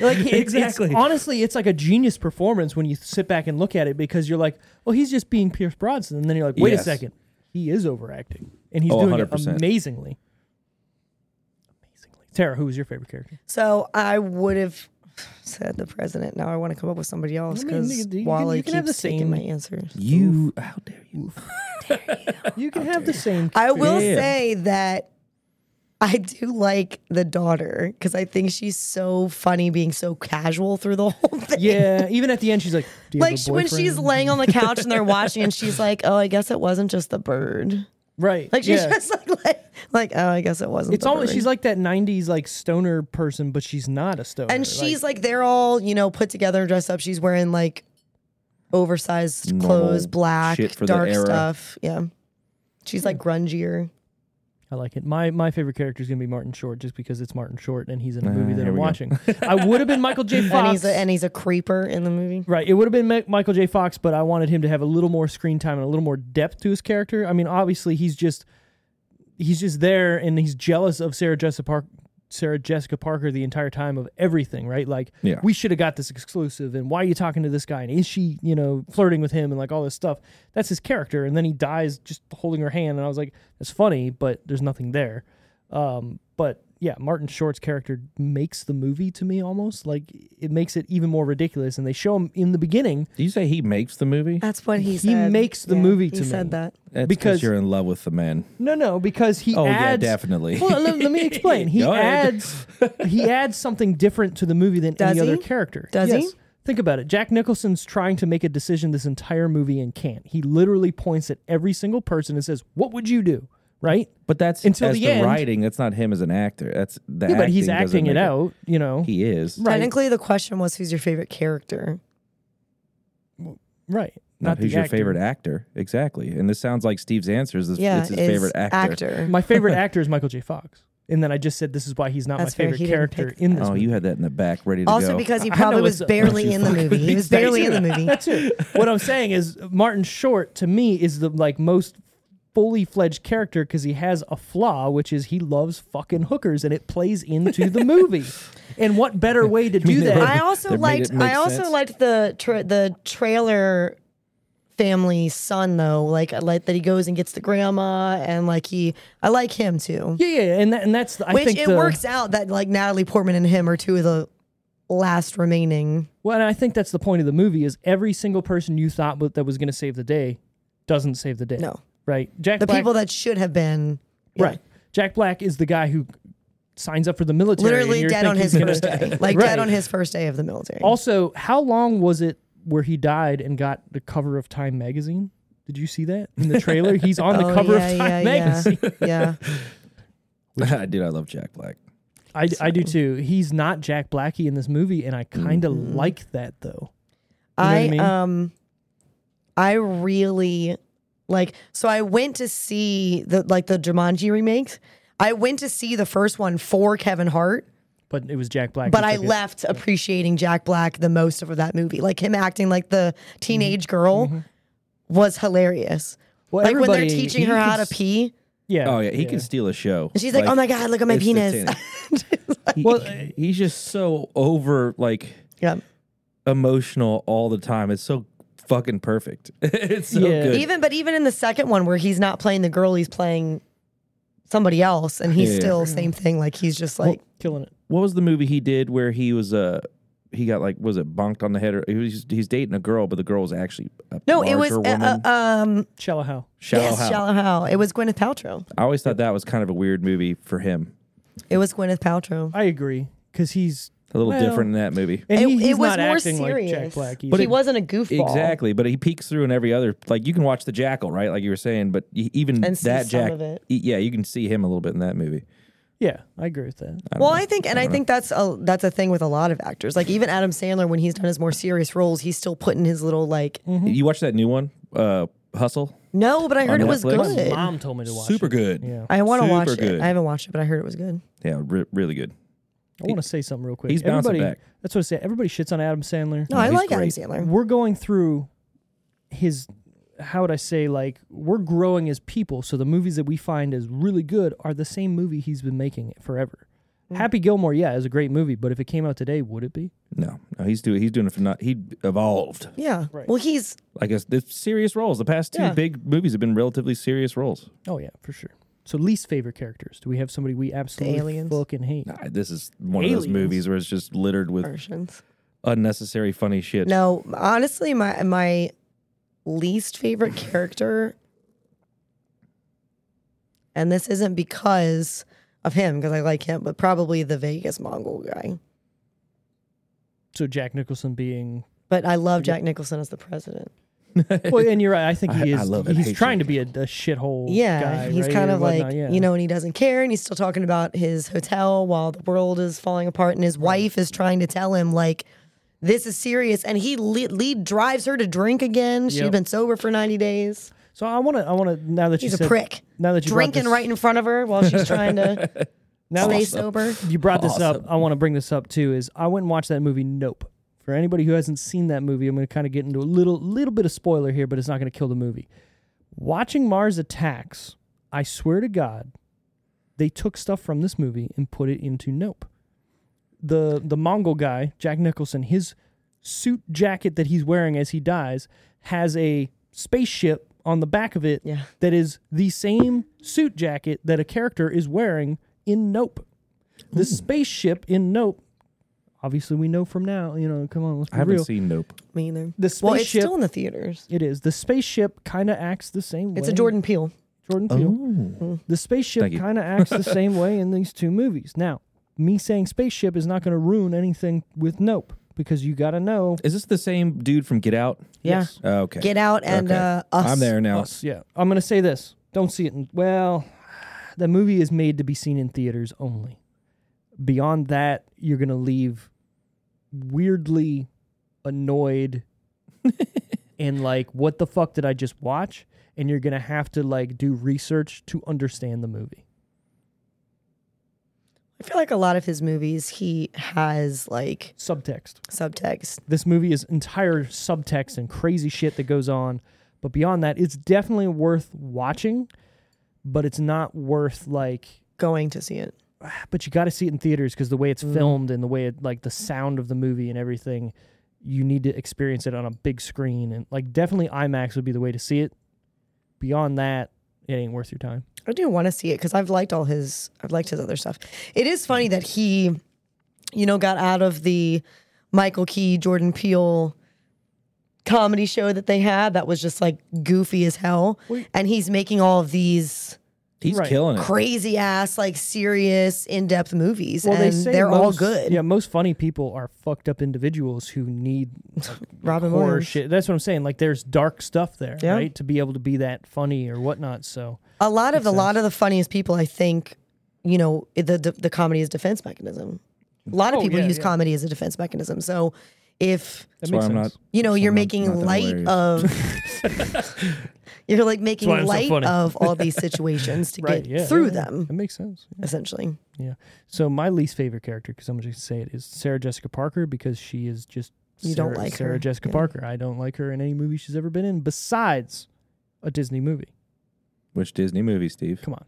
Like it- it's-
exactly.
honestly, it's like a genius performance when you sit back and look at it because you're like, well, he's just being Pierce Brosnan, and then you're like, wait a
Yes.
second, he is overacting, and he's
Oh,
doing it
100%.
amazingly. Amazingly, Tara, who was your favorite character?
So I would have said the president. Now I want to come up with somebody else
I mean,
because
you can- you
Wally
can have
keeps
the same-
taking my answers.
you, how dare you?
You can have the same.
I will
Yeah.
say that I do like the daughter because I think she's so funny being so casual through the whole thing.
Yeah, even at the end, she's like, Do you have
Like
a
sh- when she's
boyfriend?
laying on the couch and they're watching, and she's like, "Oh, I guess it wasn't just the bird."
right,
Like she's
yeah.
just like, like, like, "Oh, I guess it wasn't."
It's
the
almost
bird."
she's like that '90s like stoner person, but she's not a stoner.
and she's like, they're all you know put together and dressed up. She's wearing like oversized
Normal
clothes, black,
shit for the
dark
era.
stuff. Yeah, she's like grungier.
I like it. My my favorite character is gonna be Martin Short, just because it's Martin Short and he's in a movie that
here
I'm
we go.
watching. I would have been Michael J. Fox.
And he's a, and he's a creeper in the movie.
Right. It would have been Ma- Michael J. Fox, but I wanted him to have a little more screen time and a little more depth to his character. I mean, obviously he's just he's just there and he's jealous of Sarah Jessica Park Sarah Jessica Parker the entire time of everything, right? Like
Yeah.
we should have got this exclusive and why are you talking to this guy and is she, you know, flirting with him and like all this stuff. That's his character and then he dies just holding her hand and I was like that's funny, but there's nothing there. Um, but yeah, Martin Short's character makes the movie to me almost like it makes it even more ridiculous. And they show him in the beginning
Do you say he makes the movie?
That's what he
He
said.
makes the movie
he
to me.
said that.
That's
Uh, because-
you're in love with the man.
No, no, because he
Oh, yeah,
adds
definitely.
Hold on, let, let me explain. He
Go ahead.
adds he adds something different to the movie than
Does
any other
he?
character.
Does he?
Yes. Think about it. Jack Nicholson's trying to make a decision this entire movie and can't. He literally points at every single person and says, "What would you do?" Right?
But that's
Until
as
the end-
writing. That's not him as an actor. That's the
Yeah, but he's
doesn't
acting
make
it out. You know,
He is.
Right.
Technically, the question was, "Who's your favorite character?"
right? not
who's
the
your
actor.
favorite actor. Exactly. And this sounds like Steve's answer is this,
Yeah,
it's his
is
favorite actor.
My favorite actor is Michael J. Fox, and then I just said this is why he's not
That's
my
fair,
favorite
he didn't
character
pick
in this.
Oh,
movie.
you had that in the back ready to
Also
go.
because he
I know
probably was
it's-
barely in the movie. He was barely in the movie.
That's it. What I'm saying is Martin Short to me is the like most fully fledged character because he has a flaw, which is he loves fucking hookers, and it plays into the movie. And what better way to do
mean they
that?
I also
That made it
liked.
make
I also
sense.
liked the tra- the trailer family son though. Like I like that he goes and gets the grandma, and like he. I like him too.
Yeah, yeah, and that, and that's I
Which
think
it
the,
works out that like Natalie Portman and him are two of the last remaining.
Well, and I think that's the point of the movie is every single person you thought wa- that was going to save the day doesn't save the day.
No.
right? Jack
The
Black,
people that should have been. yeah,
right? Jack Black is the guy who signs up for the military. and
Literally
you're
dead on
thinking
his
he's gonna-
first day. Like
Right.
dead on his first day of the military.
Also, how long was it where he died and got the cover of Time magazine? Did you see that in the trailer? He's on the
Oh,
cover
yeah,
of Time
yeah,
magazine.
Yeah. yeah.
Dude, I love Jack Black.
I, I do too. He's not Jack Blackie in this movie, and I kind of
Mm-hmm.
like that though. You know what
I
I mean?
um I really like so I went to see the like the Jumanji remakes. I went to see the first one for Kevin Hart,
But it was Jack Black.
but
who
I
took it.
left appreciating Jack Black the most of that movie. Like him acting like the
Mm-hmm.
teenage girl was hilarious.
Well,
like when they're
everybody-
teaching
he
her
can
how to
s-
pee,
Yeah.
Oh yeah, he can steal a show.
and she's like, "Oh my god, look at my
it's the
penis!"
thing.
Just like-
He- he's just so over like
yeah.
emotional all the time. It's so fucking perfect. it's so
Yeah.
good.
Even but even in the second one where he's not playing the girl, he's playing somebody else, and he's
Yeah.
still same thing. Like he's just like
killing it.
what was the movie he did where he was uh he got like was it bonked on the head or he was, he's dating a girl but the girl was actually a
No, it was
larger woman.
uh, uh, um
Shallow how.
Shallow
yes,
Hal.
Shallow Hal. It was Gwyneth Paltrow.
I always thought that was kind of a weird movie for him.
It was Gwyneth Paltrow.
I agree because he's
A little
Well,
different in that movie.
and
It,
he, he's
it was
not
more
acting
serious.
like Jack Black.
But
either.
he wasn't a goofball.
Exactly, but he peeks through in every other. Like you can watch the Jackal, right? Like you were saying, but y- even
And see
that
some
Jack,
of it.
y- yeah, you can see him a little bit in that movie.
yeah, I agree with that.
Well, I think, and I
Uh-huh.
think that's a that's a thing with a lot of actors. Like even Adam Sandler, when he's done his more serious roles, he's still putting his little like.
Mm.
You watch that new one, uh, Hustle.
No, but I heard it was
Netflix?
good.
Mom told me to watch.
Super
it.
good.
Yeah.
I want to
Super
watch
good.
it. I haven't watched it, but I heard it was good.
Yeah, re- really good.
I want to say something real quick.
he's bouncing
Everybody-
back.
That's what I say. Everybody shits on Adam Sandler.
No, I
he's
like Adam
great.
Sandler.
We're going through his. How would I say? Like we're growing as people, so the movies that we find as really good are the same movie he's been making forever.
Mm.
Happy Gilmore, yeah, is a great movie, but if it came out today, would it be?
No, no, he's doing he's doing it for not. He evolved.
Yeah. Well, he's
Like it's the serious roles. The past two
Yeah.
big movies have been relatively serious roles.
Oh yeah, for sure. So least favorite characters. Do we have somebody we absolutely
aliens.
fucking hate?
Nah, this is one of those
Aliens.
movies where it's just littered with
Russians.
unnecessary funny shit.
No, honestly, my my least favorite character, and this isn't because of him, because I like him, but probably the Vegas Mongol guy.
So Jack Nicholson being
But I love Jack Nicholson as the president.
well, and you're right. I think he
I-
is.
I love and
he's
hate
trying
you.
to be a, a shithole.
Yeah,
guy,
he's
right,
kind
or
of like
whatnot, yeah.
you know, and he doesn't care, and he's still talking about his hotel while the world is falling apart, and his wife is trying to tell him like. This is serious, and he lead, lead drives her to drink again. She's
Yep.
been sober for ninety days.
So I want to. I want to. Now that you
He's
said,
a prick.
Now that you brought
drinking
this-
right in front of her while she's trying to
Now
stay
that
sober.
you brought this up, I want to bring this up too. Is I went and watched that movie. Nope. For anybody who hasn't seen that movie, I'm going to kind of get into a little little bit of spoiler here, but it's not going to kill the movie. Watching Mars Attacks, I swear to God, they took stuff from this movie and put it into Nope. The the Mongol guy, Jack Nicholson, his suit jacket that he's wearing as he dies has a spaceship on the back of it
Yeah.
that is the same suit jacket that a character is wearing in Nope. The
Hmm.
spaceship in Nope. Obviously, we know from now. You know, come on, let's be
I haven't
real.
seen Nope.
Me either.
The
Well, it's
spaceship-
still in the theaters.
It is the spaceship kind of acts the same way.
It's a Jordan Peele.
Jordan Peele. The spaceship
Oh. Thank you.
kind of acts the same way in these two movies. Now, me saying spaceship is not going to ruin anything with Nope because you got to know.
Is this the same dude from Get Out?
Yeah.
Yes.
Oh, okay.
Get Out and
Okay.
uh, Us.
I'm there now.
Us, yeah. I'm going to say this. Don't see it. In, well, the movie is made to be seen in theaters only. Beyond that, you're going to leave weirdly annoyed and like what the fuck did I just watch? And you're gonna have to like do research to understand the movie.
I feel like a lot of his movies, he has like
Subtext.
subtext.
This movie is entire subtext and crazy shit that goes on. But beyond that, it's definitely worth watching, but it's not worth like
Going to see it.
but you got to see it in theaters because the way it's filmed and the way it like the sound of the movie and everything you need to experience it on a big screen and like definitely imax would be the way to see it beyond that it ain't worth your time
I do want to see it because I've liked all his. I've liked his other stuff. It is funny that he, you know, got out of the Michael Key, Jordan Peele comedy show that they had that was just like goofy as hell, and he's making all of these
He's
Right.
killing it.
crazy ass, like serious, in depth movies, and they are all
most-
good.
yeah most funny people are fucked up individuals who need
Robin
horror
Williams.
shit that's what i'm saying like there's dark stuff there
Yeah.
right to be able to be that funny or whatnot so
A lot of a lot of the funniest people, I think, you know, the the, the comedy is defense mechanism. A lot of
Oh,
people
yeah,
use
yeah.
comedy as a defense mechanism. So if
that
That's
makes
why I'm not.
sense
you know,
that's why
you're
I'm not-
making
not that
light
hilarious.
of. you're like making
why I'm so
light
funny.
of all these situations to
right
get
yeah
through
yeah, yeah.
them,
that makes sense
essentially.
Yeah. So my least favorite character, because I'm just gonna say it, is Sarah Jessica Parker because she is just
You don't
Sarah-
like her.
Sarah Jessica
Yeah.
Parker. I don't like her in any movie she's ever been in besides a Disney movie.
Which Disney movie, Steve?
Come on.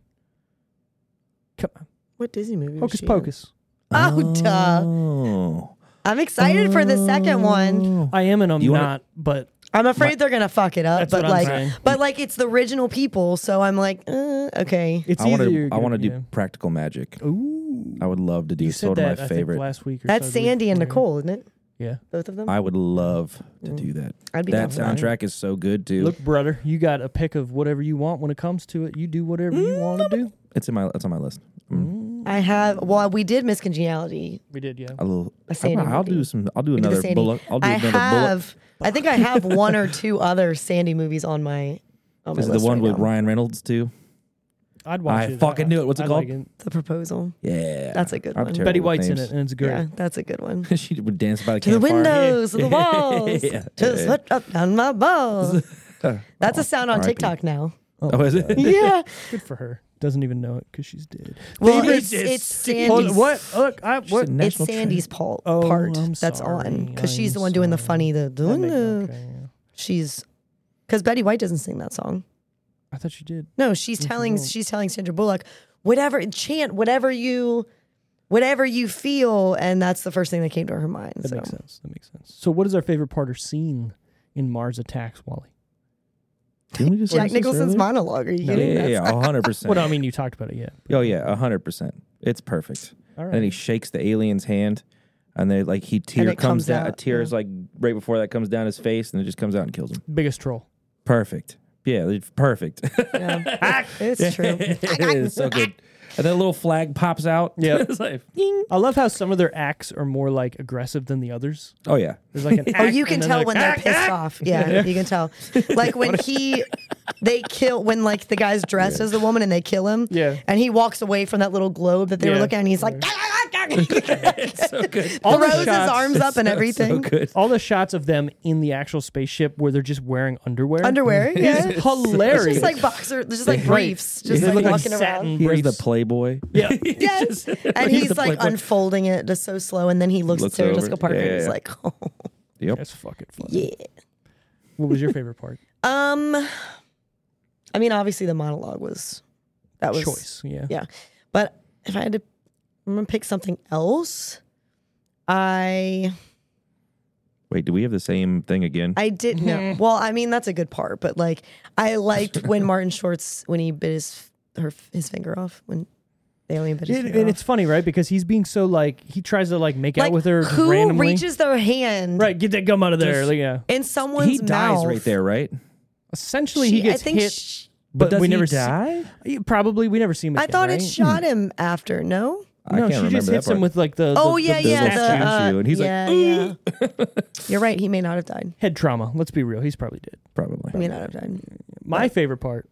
Come on.
What Disney movie?
Hocus Pocus.
Oh, duh.
Oh.
I'm excited for the second one.
Oh.
I am and I'm
You wanna-
not, but
I'm afraid they're gonna fuck it up,
That's
but
what I'm
like,
saying.
but like, it's the original people, so I'm like, uh, okay.
it's
I want
either
to.
you're
I want to
gonna-
do practical magic.
yeah. Ooh.
I would love to do.
You
It's
said
sort of
that
my
I think,
favorite.
last week. Or
That's
so, I believe.
Sandy and
Yeah.
Nicole, isn't it?
Yeah.
Both of them.
I would love to do that.
I'd Mm. be
That
down for
soundtrack is so good too.
Look, brother, you got a pick of whatever you want when it comes to it. You do whatever
Mm,
you want to do.
It's in my. It's on my list. Mm.
that. I have. Well, we did Miss Congeniality.
We did, yeah.
A little.
A Sandy
I'll, I'll
movie.
do some. I'll do
We did the
another
Sandy.
bullet. I'll do
I
another bullet.
have. I think I have one or two other Sandy movies on my. On my
Is it
list
the one
right
with
now.
Ryan Reynolds too?
I'd watch
I
it.
fucking knew it. What's it
I
called?
Like it.
The proposal.
Yeah,
That's a good
I'm
one.
terrible
Betty
with
White's
names.
in it, and it's great.
Yeah, that's a good one.
she would dance by the
To the
campfire.
windows, to the walls, just put up down my balls. That's a sound on
R.I.P.
TikTok now.
Oh, is it?
Yeah.
Good for her. Doesn't even know it because she's dead.
Well,
Baby,
it's,
just
it's
stick-
Hold-
Sandy's.
what? Look, I what?
a
It's
national
Sandy's pol-
Oh,
part
I'm
that's on
sorry.
because she's the
I'm
one doing the
sorry.
funny. The, the
That make- okay, yeah.
she's because Betty White doesn't sing that song.
I thought she did.
No, she's telling she's telling Sandra Bullock, whatever chant, whatever you, whatever you feel, and that's the first thing that came to her mind.
That
so.
makes sense. That makes sense. So, what is our favorite part or scene in Mars Attacks, Wally?
Didn't we just watch
Jack
this
Nicholson's
earlier?
monologue. Are you
Yeah,
kidding?
yeah,
That's-
yeah, a hundred percent.
Well, no, I mean, you talked about it yet.
Oh yeah, a hundred percent. It's perfect.
All
And then
right.
he shakes the alien's hand, and they like he tear comes,
it comes
down. A
out,
tear
yeah.
is like right before that comes down his face, and it just comes out and kills him.
Biggest troll.
Perfect. Yeah, it's perfect.
Yeah. it's true.
it is so good. And then a little flag pops out.
Yeah.
it's like, "Ying."
I love how some of their acts are more like aggressive than the others.
oh yeah.
There's like an
Oh,
act
you can
and then
tell
like,
when they're
"Ack,
pissed
ack."
off. Yeah, you can tell. Like when he, they kill when like the guy's dressed as the woman and they kill him.
Yeah.
and he walks away from that little globe that they were
Yeah.
looking at. and He's like,
It's so good.
All the
throws his
shots-
arms up and everything.
So good.
"Ah!" All the shots of them in the actual spaceship where they're just wearing underwear.
Underwear, yeah.
It's hilarious.
It's just like boxer, it's just like briefs, just
They
like
look like
walking around.
satin
Here's the
briefs.
Playboy.
Yeah.
Yes. and he's,
the
like
Playboy.
unfolding it just so slow, and then he looks,
Looks
at Sarah
over.
Jessica Parker
Yeah,
and he's
yeah.
like, oh,
Yep.
That's fucking funny.
yeah.
What was your favorite part?
Um, I mean, obviously the monologue was that was
Choice. Yeah.
Yeah, but if I had to, I'm gonna pick something else. I
Wait, do we have the same thing again?
I did no. well, I mean that's a good part, but like I liked when Martin Shorts when he bit his her his finger off when they only bit his
It-
finger
and
off.
it's funny, right? Because he's being so like he tries to like make
like
out with her just
who
randomly.
reaches their hand
right, get that gum out of there. like, yeah.
in someone's
he
mouth.
dies right there, right?
Essentially,
She-
he gets
I think
hit,
sh-
but
does
we
he
never
die?
See, probably we never see him.
I
again,
thought
right?
it shot him after. No.
I
No,
can't
she
remember
just
that
hits
part.
him with like the,
Oh
the-
yeah,
the
yeah.
little
The,
statue,
uh,
and he's like,
yeah, yeah. You're right. He may not have died.
head trauma. Let's be real, he's probably dead.
Probably.
He may not have died.
My favorite part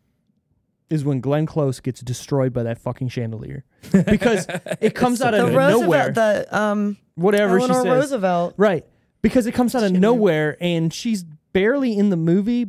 is when Glenn Close gets destroyed by that fucking chandelier because it comes out
The
of nowhere.
Roosevelt. The um.
whatever she
Eleanor
says,
Roosevelt.
right? Because it comes out of nowhere, and she's barely in the movie,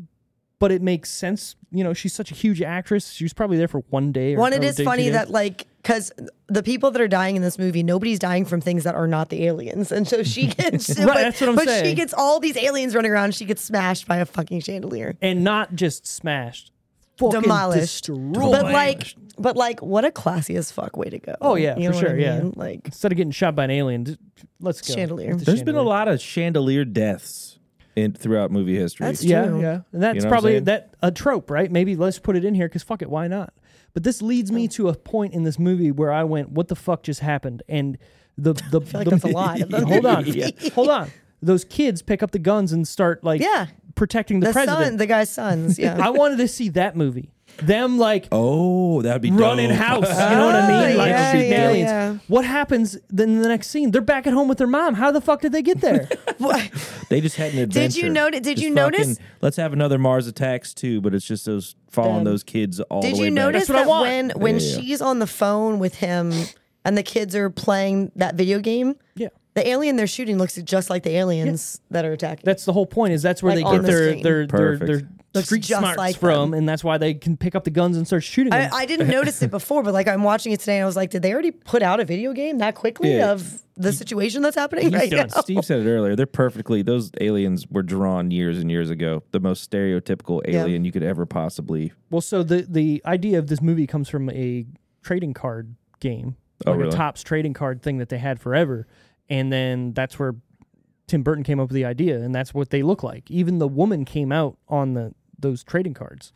but it makes sense. You know, she's such a huge actress. She was probably there for one day. Or
One, it
or
is
day, two
funny
days.
that like because the people that are dying in this movie, nobody's dying from things that are not the aliens, and so she gets but,
that's what I'm
but she
saying.
gets all these aliens running around. She gets smashed by a fucking chandelier,
and not just smashed, fucking
demolished.
destroyed.
But like, but like, what a classy as fuck way to go.
Oh, yeah,
you know
for
what
sure,
I
yeah.
mean? like
instead of getting shot by an alien, d- let's go.
Chandelier.
With the
There's been a
chandelier.
lot of chandelier deaths in throughout movie history.
That's-
Yeah,
True.
yeah. And that's
You know what I'm
probably
saying?
that a trope, right? Maybe let's put it in here because fuck it, why not? But this leads me to a point in this movie where I went, "What the fuck just happened?" And the the,
like
the-
that's a lot of them.
hold on, hold on. Those kids pick up the guns and start like
Yeah.
protecting the,
the
president.
son, the guy's sons. Yeah,
I wanted to see that movie. Them like
oh, that'd be
running
dope. Ah,
house. You know what I mean?
Oh,
Like
yeah,
shooting
yeah,
aliens.
yeah.
What happens then in the next scene? They're back at home with their mom. How the fuck did they get there?
They just had an adventure.
Did you noti- did
Just
you notice-
fucking, let's have another Mars Attacks too, but it's just those following
Them.
those kids all
Did
the way
you
back.
notice
That's what I
that
want.
when when
Yeah, yeah.
she's on the phone with him and the kids are playing that video game,
yeah.
the alien they're shooting looks just like the aliens that are attacking.
That's the whole point. Is that's where
Like
they
on
get
the
their,
screen.
their their
Perfect.
their
Looks
street
just
smarts
like
from,
them.
and that's why they can pick up the guns and start shooting.
I,
them.
I didn't notice it before, but like I'm watching it today, and I was like, did they already put out a video game that quickly
Yeah.
of the situation that's happening
He's
right
done.
now?
Steve said it earlier. They're perfectly. Those aliens were drawn years and years ago. The most stereotypical alien you could ever possibly.
well, so the the idea of this movie comes from a trading card game,
Oh,
like
really?
a tops trading card thing that they had forever, and then that's where Tim Burton came up with the idea, and that's what they look like. Even the woman came out on the those trading cards.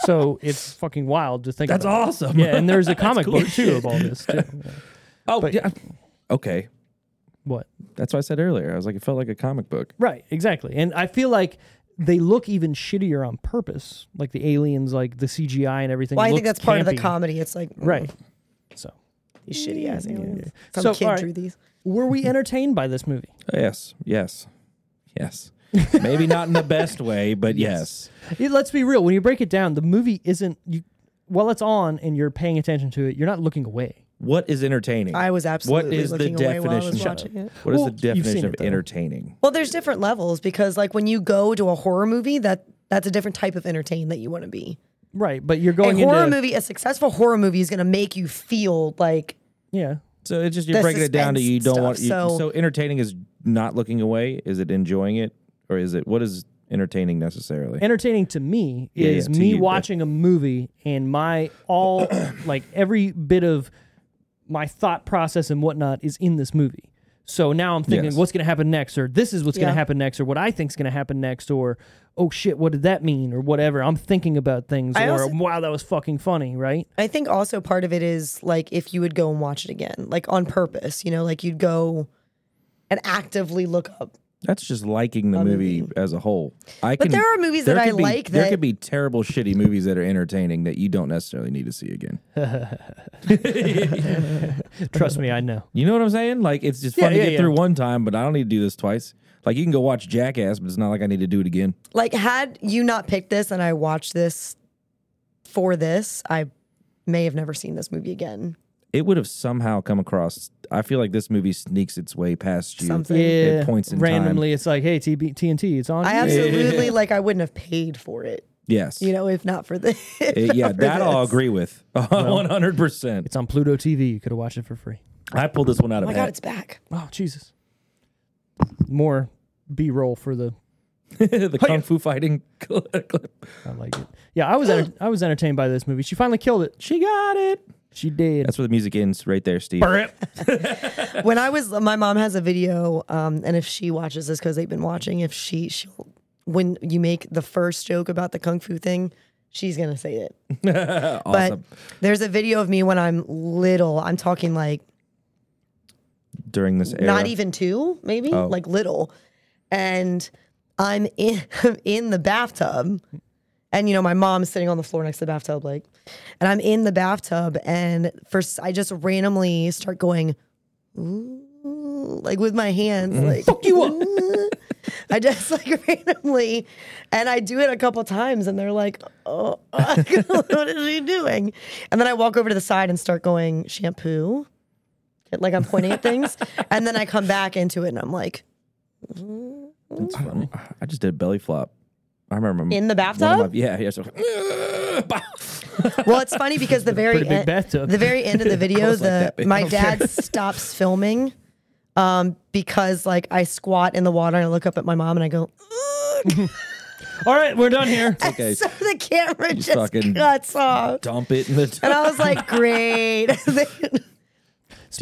So it's fucking wild to think. about.
awesome.
Yeah, and there's a comic book too of all this. Too. Yeah.
Oh, yeah. Okay,
What?
that's what I said earlier. I was like, it felt like a comic book.
Right, exactly. And I feel like they look even shittier on purpose. Like the aliens, like the CGI and everything.
Well, I think
looks
that's part of the
campy.
comedy. It's like mm,
Right. So,
these shitty ass aliens. Some
So,
kid
all right.
drew these.
were we entertained by this movie?
Yes, yes, yes. Maybe not in the best way, but yes.
It- let's be real. When you break it down, the movie isn't you. While it's on and you're paying attention to it, you're not looking away.
What is entertaining?
I was absolutely
What is the
looking away
definition
while I was
of-
watching it.
What is
Well,
the
you've seen it,
definition of
though.
entertaining?
Well, there's different levels because like when you go to a horror movie, that that's a different type of entertain that you want to be.
Right, but you're
A
going
horror
into
movie, a successful horror movie is going to make you feel like
yeah.
So it's just you're
The
breaking it down to
suspense
you don't
stuff,
want. You,
so-
so, entertaining is not looking away. Is it enjoying it, or is it what is entertaining necessarily?
entertaining to me
Yeah,
is
yeah, to
me
you, but-
watching a movie and my all like every bit of my thought process and whatnot is in this movie. So now I'm thinking
Yes.
what's going to happen next or this is what's going
Yeah.
to happen next or what I think's going to happen next or oh shit what did that mean or whatever. I'm thinking about things
I
or
also-
wow that was fucking funny, right?
I think also part of it is like if you would go and watch it again, like on purpose, you know, like you'd go and actively look up.
That's just liking the movie, as a whole. I
But
can,
there are movies that
there
I
could be-
like
There
that-
could be terrible, shitty movies that are entertaining that you don't necessarily need to see again.
Trust me, I know.
You know what I'm saying? Like it's just
Yeah,
fun to
yeah,
get
yeah.
through one time, but I don't need to do this twice. Like you can go watch Jackass, but it's not like I need to do it again.
Like had you not picked this and I watched this for this, I may have never seen this movie again.
It would have somehow come across. I feel like this movie sneaks its way past you.
Something.
Yeah.
At points in time.
randomly it's like hey TB, TNT it's on.
I absolutely like I wouldn't have paid for it,
Yes.
you know, if not for this.
It- Uh, yeah,
for
that I'll
this.
agree with. 100%.
it's on Pluto TV. You could have watched it for free.
I pulled this one out
Oh
of
my
my
god, it's back.
Oh Jesus. More B-roll for the
the kung fu fighting clip.
I like it. Yeah, I was enter- I was entertained by this movie. She finally killed it.
She got it.
She did.
That's where the music ends right there, Steve.
When I was, my mom has a video, um, and if she watches this because they've been watching, if she, she'll, when you make the first joke about the kung fu thing, she's gonna say it.
Awesome.
But there's a video of me when I'm little. I'm talking like
During this era.
not even two, maybe like little, and I'm in I'm in the bathtub, and you know my mom's sitting on the floor next to the bathtub, like, and I'm in the bathtub, and first I just randomly start going, ooh, like with my hands, like Mm-hmm. fuck you up. I just like randomly, and I do it a couple times, and they're like, "Oh, what is he doing?" And then I walk over to the side and start going shampoo, like I'm pointing at things, and then I come back into it, and I'm like,
It's funny. I just did a belly flop. I remember my-
In the
one of my-
bathtub?
yeah, yeah. So,
Well, it's funny because the very
Pretty big
end,
bathtub.
the very end of the video,
Close like
the
that big.
my dad stops filming um, because like I squat in the water and I look up at my mom and I go, "Ugh,"
All right, we're done here.
okay,
so the camera just
fucking-
cuts off.
dump it in the. tub.
And I was like, great.
Do you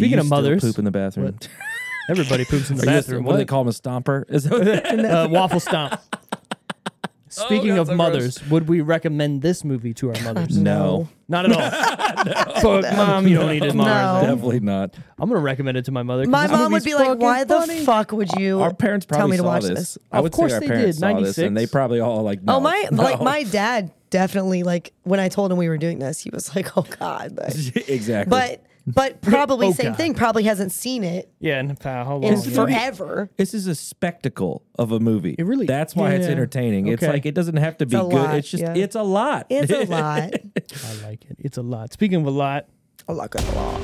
Speaking of
still
mothers,
poop in the bathroom.
everybody poops in the
Are you just-
bathroom.
what do they
What?
call them? A stomper? Is that
uh, waffle stomp. Speaking
Oh,
that's
of
so gross.
mothers, would we recommend this movie to our mothers?
no,
Not at all. Fuck, mom, you don't need it.
No.
Mars.
definitely not.
I'm gonna recommend it to my mother. 'cause
my
this
mom would
movie's
be like,
fucking
why
funny.
the fuck would you
Our parents probably
tell me to
saw
watch
this.
this?
I
Of
would
course
say our
they
parents
did,
saw this,
96.
and they probably all like. No,
Oh my!
no.
Like my dad definitely like when I told him we were doing this, he was like, "Oh God!" But
exactly.
but, but probably
Oh,
same
God.
thing. Probably hasn't seen it
Yeah, and uh, how long?
in
yeah.
forever.
This is a spectacle of a movie. It
really-
That's why it's
yeah.
entertaining. It's
Okay.
like it doesn't have to be
a
good.
lot,
it's just
yeah.
it's a lot.
It's a lot.
I like it. It's a lot. Speaking of a lot,
a lot, good, a lot.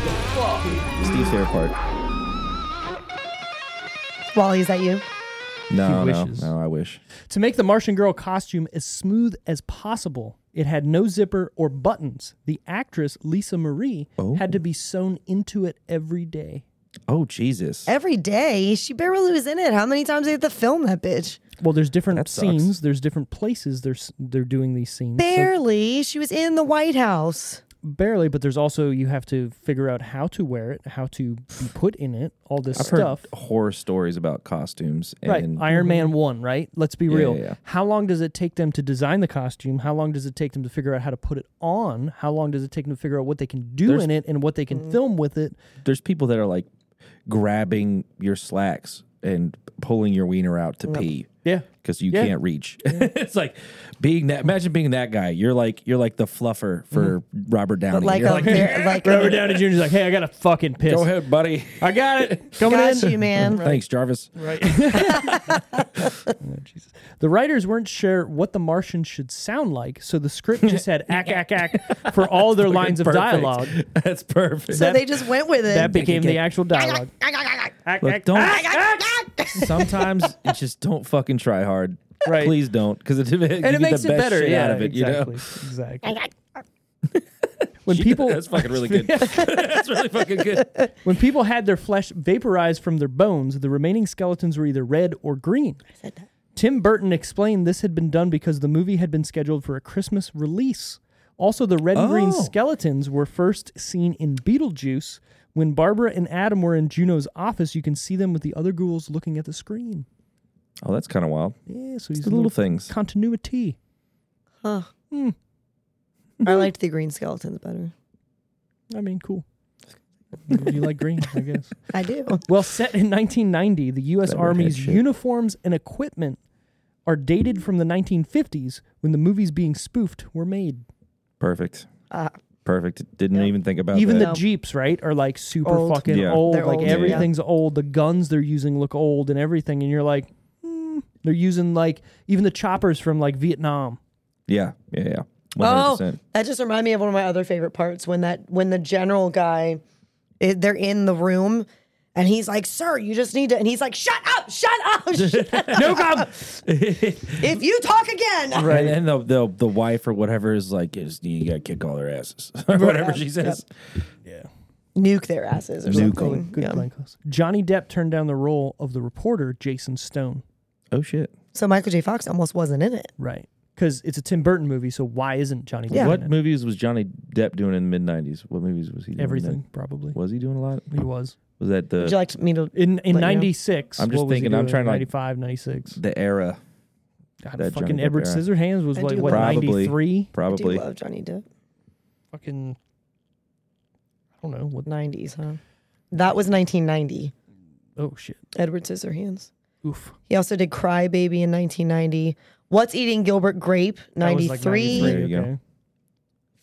Steve's favorite part.
Wally, is that you?
No,
He
no,
wishes.
no. I wish.
to make the Martian girl costume as smooth as possible, it had no zipper or buttons. The actress Lisa Marie had to be sewn into it every day.
Oh Jesus!
Every day, she barely was in it. How many times they had to film that bitch?
Well, there's different
That sucks.
scenes. There's different places they're s- they're doing these scenes. So
Barely. She was in the White House.
barely, but there's also you have to figure out how to wear it, how to be put in it, all this
I've
stuff.
heard horror stories about costumes.
Right,
And
Iron Man one. Right, let's be real.
yeah, yeah.
How long does it take them to design the costume? How long does it take them to figure out how to put it on? How long does it take them to figure out what they can do
There's- Mm.
in it and what they can film with it?
there's people that are like grabbing your slacks and pulling your wiener out to pee.
Yeah.
Because you
Yeah.
can't reach. it's like being that. Imagine being that guy. You're like you're like the fluffer for Robert Downey.
But like
You're
a,
like,
very- like
Robert
a,
Downey Jr. is like, hey, I got to fucking piss.
go ahead, buddy.
I got it. Coming
got
in.
you, man.
Thanks, Jarvis.
The writers weren't sure what the Martian should sound like, so the script just had ack ack ack for all their lines of
Perfect.
dialogue.
That's perfect.
So they just went with it.
That became the actual dialogue. Ack,
Look,
ack,
don't-
ack, ack.
sometimes you just don't fucking try hard.
Right.
Please don't, because it, and
And it makes
the
it
best
better.
shit
Yeah,
out of it.
exactly.
You know,
Exactly. when people
that's fucking really good. that's really fucking good.
when people had their flesh vaporized from their bones, the remaining skeletons were either red or green. Tim Burton explained this had been done because the movie had been scheduled for a Christmas release. Also, the red and green
Oh.
skeletons were first seen in Beetlejuice. When Barbara and Adam were in Juno's office, you can see them with the other ghouls looking at the screen.
Oh, that's kind of wild.
Yeah, so he's
The little things.
continuity.
Huh.
Hmm.
I liked the green skeletons better.
I mean, cool. you like green, I guess.
I do.
Well, set in 1990, the U.S.
That redhead
Army's
shit.
uniforms and equipment are dated from the 1950s when the movies being spoofed were made.
Perfect.
Uh,
Perfect. Didn't even think about
Even
that.
the Jeeps, right, are like super
Old.
fucking
Yeah.
old.
They're
like
old, yeah.
everything's old. The guns they're using look old and everything. And you're like, hmm. they're using like even the choppers from like Vietnam.
yeah, yeah, yeah. One hundred
Oh,
percent.
that just reminded me of one of my other favorite parts when that when the general guy, i- they're in the room, and he's like, "Sir, you just need to," and he's like, "Shut up, shut up, shut up.
No cop.
if you talk again."
Right. And then the, the the wife or whatever is like, you, just, you gotta kick all their asses. whatever she says.
Nuke their asses or something.
Good
Yeah.
Blancos. Johnny Depp turned down the role of the reporter Jason Stone.
Oh shit.
So Michael J. Fox almost wasn't in it.
Right. Because it's a Tim Burton movie, so why isn't Johnny Depp?
Yeah.
in
What
it?
movies was Johnny Depp doing in the mid nineties? What movies was he doing?
Everything, probably.
Was he doing a lot?
He was.
Was that the
Would you like me to?
In in
Let you know.
'96.
I'm just
what was he
thinking, I'm
doing?
trying to, like,
95, 96.
the era?
God,
that
fucking
Johnny Depp
Edward
era.
Scissorhands was
I
like
do
what
love-
Probably.
93.
I do
Probably.
love Johnny Depp.
Fucking. I don't know what.
Nineties, huh? That was 1990.
Oh shit.
Edward Scissorhands.
Oof.
He also did Cry Baby in 1990. What's Eating Gilbert Grape,
That was,
93.
like,
There you go.
okay.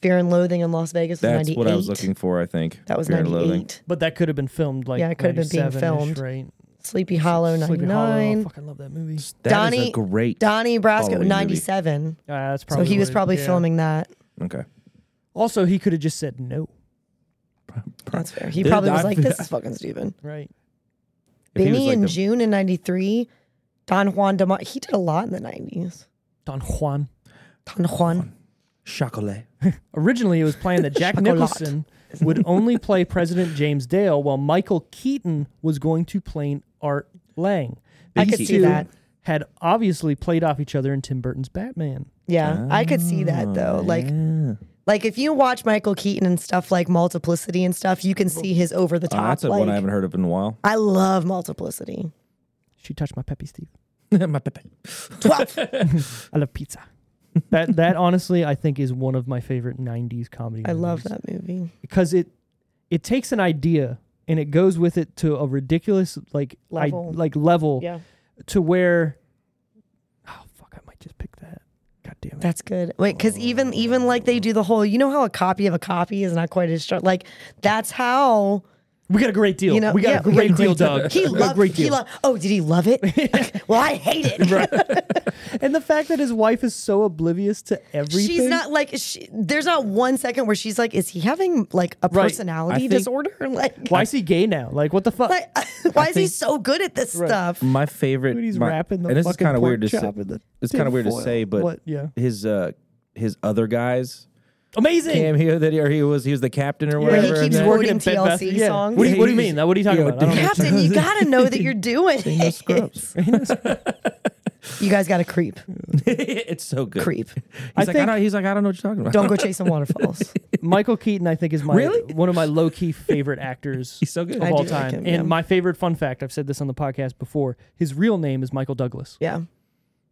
Fear and Loathing in Las Vegas was
That's
98.
what I was looking for, I think.
That was
Fear and
98.
Loathing.
But that could have been filmed like
Yeah, it could have been being
97-ish,
filmed.
right.
Sleepy Hollow,
Sleepy
99.
Hollow. I fucking love that movie.
That is
Donnie-
a great.
Donnie Brasco,
Halloween movie.
97.
Uh,
ah,
that's
So
probably.
he was
what it-
probably
yeah.
filming that.
Okay.
Also, he could have just said no.
That's fair. He
Dude,
probably was
I-
like, this is fucking stupid.
Right.
It If he was,
Benny
like,
in
the-
June in '93. Don Juan DeMar. He did a lot in the '90s.
Don Juan.
Don Juan.
Chocolat.
Originally, it was planned that Jack
Chocolat.
Nicholson would only play President James Dale, while Michael Keaton was going to play Art Lang.
I
These
could see
two
that.
Had obviously played off each other in Tim Burton's Batman.
Yeah, I could see
Oh,
that though. Like, like if you watch Michael Keaton and stuff like Multiplicity and stuff, you can see his over the
Oh,
top.
that's a
like,
one I haven't heard of in a while.
I love Multiplicity.
She touched my peppy, Steve.
My Pepe.
I love pizza. that that honestly, I think, is one of my favorite '90s comedy.
I love
movies.
that movie.
because it it takes an idea and it goes with it to a ridiculous like I,
Level.
like level
Yeah,
to where oh fuck I might just pick that god damn it
that's good. Wait, because even even like they do the whole, you know how a copy of a copy is not quite as strong. Like that's how
we got a great deal
you know.
we got
yeah,
a great deal Doug
He
We got a
loved.
great
He
deal
loved. Oh, did he love it? well, I hate it.
and the fact that his wife is so oblivious to everything
She's not like she, there's not one second where she's like, is he having like a
Right. I
personality
think-
disorder? Like,
why is he gay now like what the fuck
like, why is he
think-
so good at this stuff?
My favorite.
Dude, he's
my-
wrapping the
and this is
fucking
kinda weird to
pork
say.
chop in the
It's kind of weird
tinfoil.
to say, but
What? Yeah.
his uh, his other guys
amazing
cameo that he, or he was he was the captain or
Where
whatever.
he
and
keeps
then-
working
quoting
at Bed Bath-
TLC
yeah.
songs.
what do you, what do you
Yeah,
mean what are you talking
yo,
about I don't
dude.
know.
Captain, you gotta know that you're doing
No
it.
scrubs.
You guys gotta creep,
it's so good.
creep.
He's
I
like, I
think-
don't, he's like, I don't know what you're talking about.
Don't go chasing waterfalls.
Michael Keaton, I think, is my
Really?
one of my low key favorite actors
He's so good.
of
I
all
do like
time.
him,
and
yeah.
my favorite fun fact, I've said this on the podcast before, his real name is Michael Douglas.
Yeah,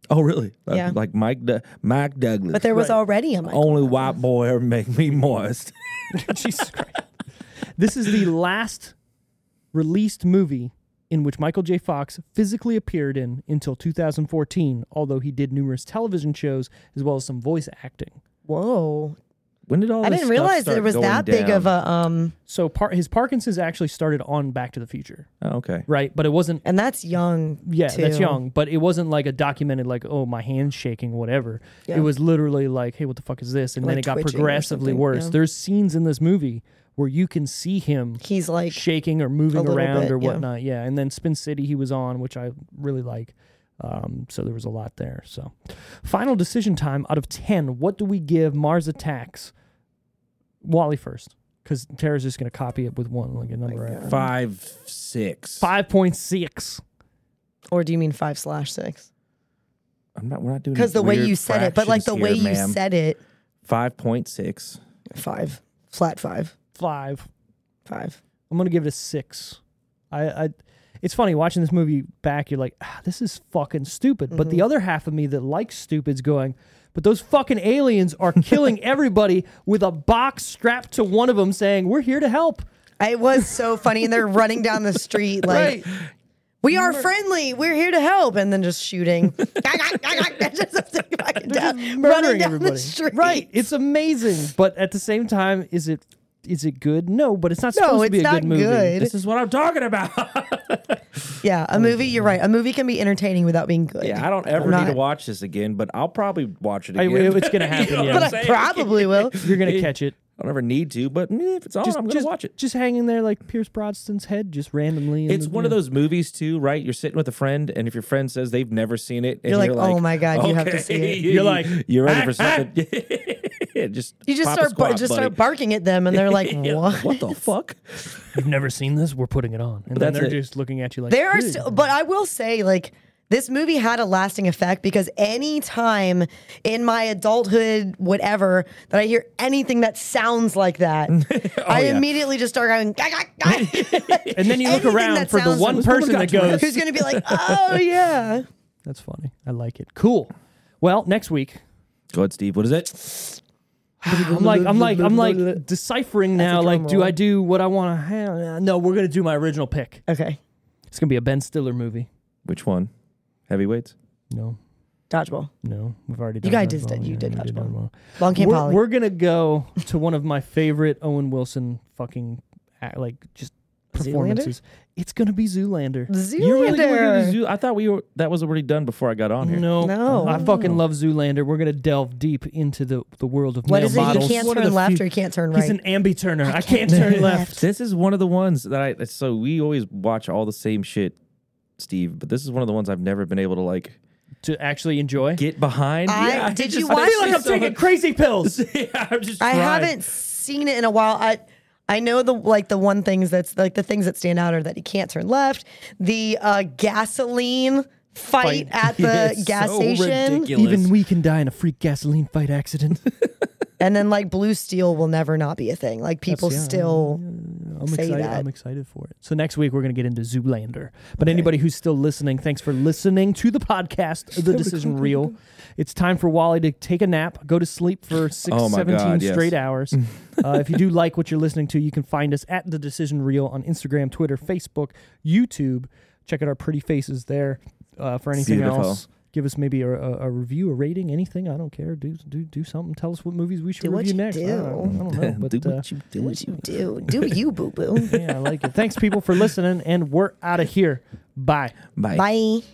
Oh, really? Like-
Yeah.
Like Mike, Du- Mike Douglas.
but there was already a Michael.
only white boy ever make me moist.
Jesus Christ. This is the last released movie in which Michael J. Fox physically appeared in until 2014, although he did numerous television shows as well as some voice acting.
Whoa,
when did all
I
this
didn't
stuff
realize
start
there was
going
that big
down?
of a um,
So par- his Parkinson's actually started on Back to the Future,
Oh, okay.
right? But it wasn't
and that's young.
Yeah, that's
too.
young, but it wasn't like a documented like oh my hand's shaking whatever.
Yeah.
It was literally like hey what the fuck is this? And
Like
then it got
twitching or
progressively
something,
worse.
yeah.
There's scenes in this movie where you can see him
He's like,
shaking or moving
little
around
bit,
or
yeah.
whatnot. Yeah. and then Spin City he was on, which I really like. Um, so there was a lot there. So final decision time out of ten. What do we give Mars Attacks? Wally first, because Tara's just gonna copy it with one like a number. out.
Five, six.
Five point six.
or do you mean five slash six?
I'm not. We're not doing
Because the way
weird
you said it, but like the
fractions
way
here,
you
ma'am.
said it,
five point six.
five, flat five,
Five.
five.
I'm gonna give it a six. I, I it's funny watching this movie back. You're like, ah, this is fucking stupid. But
Mm-hmm.
the other half of me that likes stupid's going, but those fucking aliens are killing everybody with a box strapped to one of them, saying, "We're here to help."
It was so funny, and they're running down the street like, "We are friendly. We're here to help," and then just shooting, Just fucking down- running
Murdering
down
everybody.
the street.
Right. It's amazing, but at the same time, is it is it good? No, but it's not
No,
supposed to be
it's
a
not
good movie.
good.
This is what I'm talking about.
Yeah, a movie. You're right. A movie can be entertaining without being good.
oh, yeah, I don't ever
not-
need to watch this again, but I'll probably watch it
I-
again.
it's gonna happen, yeah.
what I'm
but I
saying?
probably will.
You're gonna catch it.
I don't ever need to, but eh, if it's on, I'm gonna
just
watch it.
Just hanging there like Pierce Brosnan's head, just randomly. in
It's
the-
one of those movies too, right? You're sitting with a friend, and if your friend says they've never seen it, and
You're like, "Oh my God, you have to see it."
You're like,
you're ready for
"Ah, ah."
something. just
You just
pop a
start bar-
squat,
just
buddy.
start barking at them, and they're like,
Yeah,
"What?"
What the fuck?
You've never seen this? We're putting it on, and then
that's
they're
it.
just looking at you like
There are
"Good
still, but I will say, like, this movie had a lasting effect because any time in my adulthood, whatever, that I hear anything that sounds like that, I
Oh, yeah.
immediately just start going, "Gah, gah, gah."
And then you Oh, look
Anything
around
that
for the
sounds-
one
Someone
person
got
that goes,
who's going to be like, oh, yeah.
That's funny. I like it. Cool. Well, next week.
Go ahead, Steve. What is it?
I'm like I'm like I'm like deciphering now.
drum
Like, do
roll.
I do what I want to have? No, we're gonna do my original pick.
Okay.
It's gonna be a Ben Stiller movie.
Which one? Heavyweights.
No,
Dodgeball.
no, we've already. Done
You guys
Dodgeball.
just did- you
Yeah,
did
we
Dodgeball.
Dodgeball.
Long Camp
We're,
Polly.
we're gonna go to one of my favorite Owen Wilson fucking act- like just performances. It's gonna be Zoolander.
Zoolander.
You really were gonna do- I thought we were. That was already done before I got on here.
No,
No.
I fucking love Zoolander. We're gonna delve deep into the the world of
What
male
is it?
models.
You can't
One of
turn
the
left
few-
or you can't turn
He's
right.
an ambi turner. I can't turn left.
This is one of the ones that I. So we always watch all the same shit Steve, but this is one of the ones I've never been able to like
to actually enjoy.
get behind.
I-
yeah,
did
just-
you watch
I feel like I'm
this?
taking crazy pills.
yeah, I'm just.
I
trying.
haven't seen it in a while. I I know the like the one things that's like the things that stand out are that he can't turn left, the uh, gasoline
Fight.
fight, at the
It's
gas
so
station,
ridiculous.
Even we can die in a freak gasoline fight accident.
and then like blue steel will never not be a thing. Like people
yeah,
still
I'm
say
excited.
that.
I'm excited for it. So next week we're going to get into Zoolander. But anybody who's still listening, thanks for listening to the podcast, The Decision Reel. It's time for Wally to take a nap, go to sleep for six,
Oh my
17
God, yes.
straight hours. uh, if you do like what you're listening to, you can find us at The Decision Reel on Instagram, Twitter, Facebook, YouTube. Check out our pretty faces there. Uh, for anything
Beautiful.
else, give us maybe a, a, a review, a rating, anything. I don't care. Do do do something. Tell us what movies we should
Do what
review
you
next. I
do.
don't- I don't know, but
do
uh,
what you do.
Do what you do. Do you boo boo.
yeah, I like it. Thanks, people, for listening, and we're out of here. Bye.
Bye.
Bye.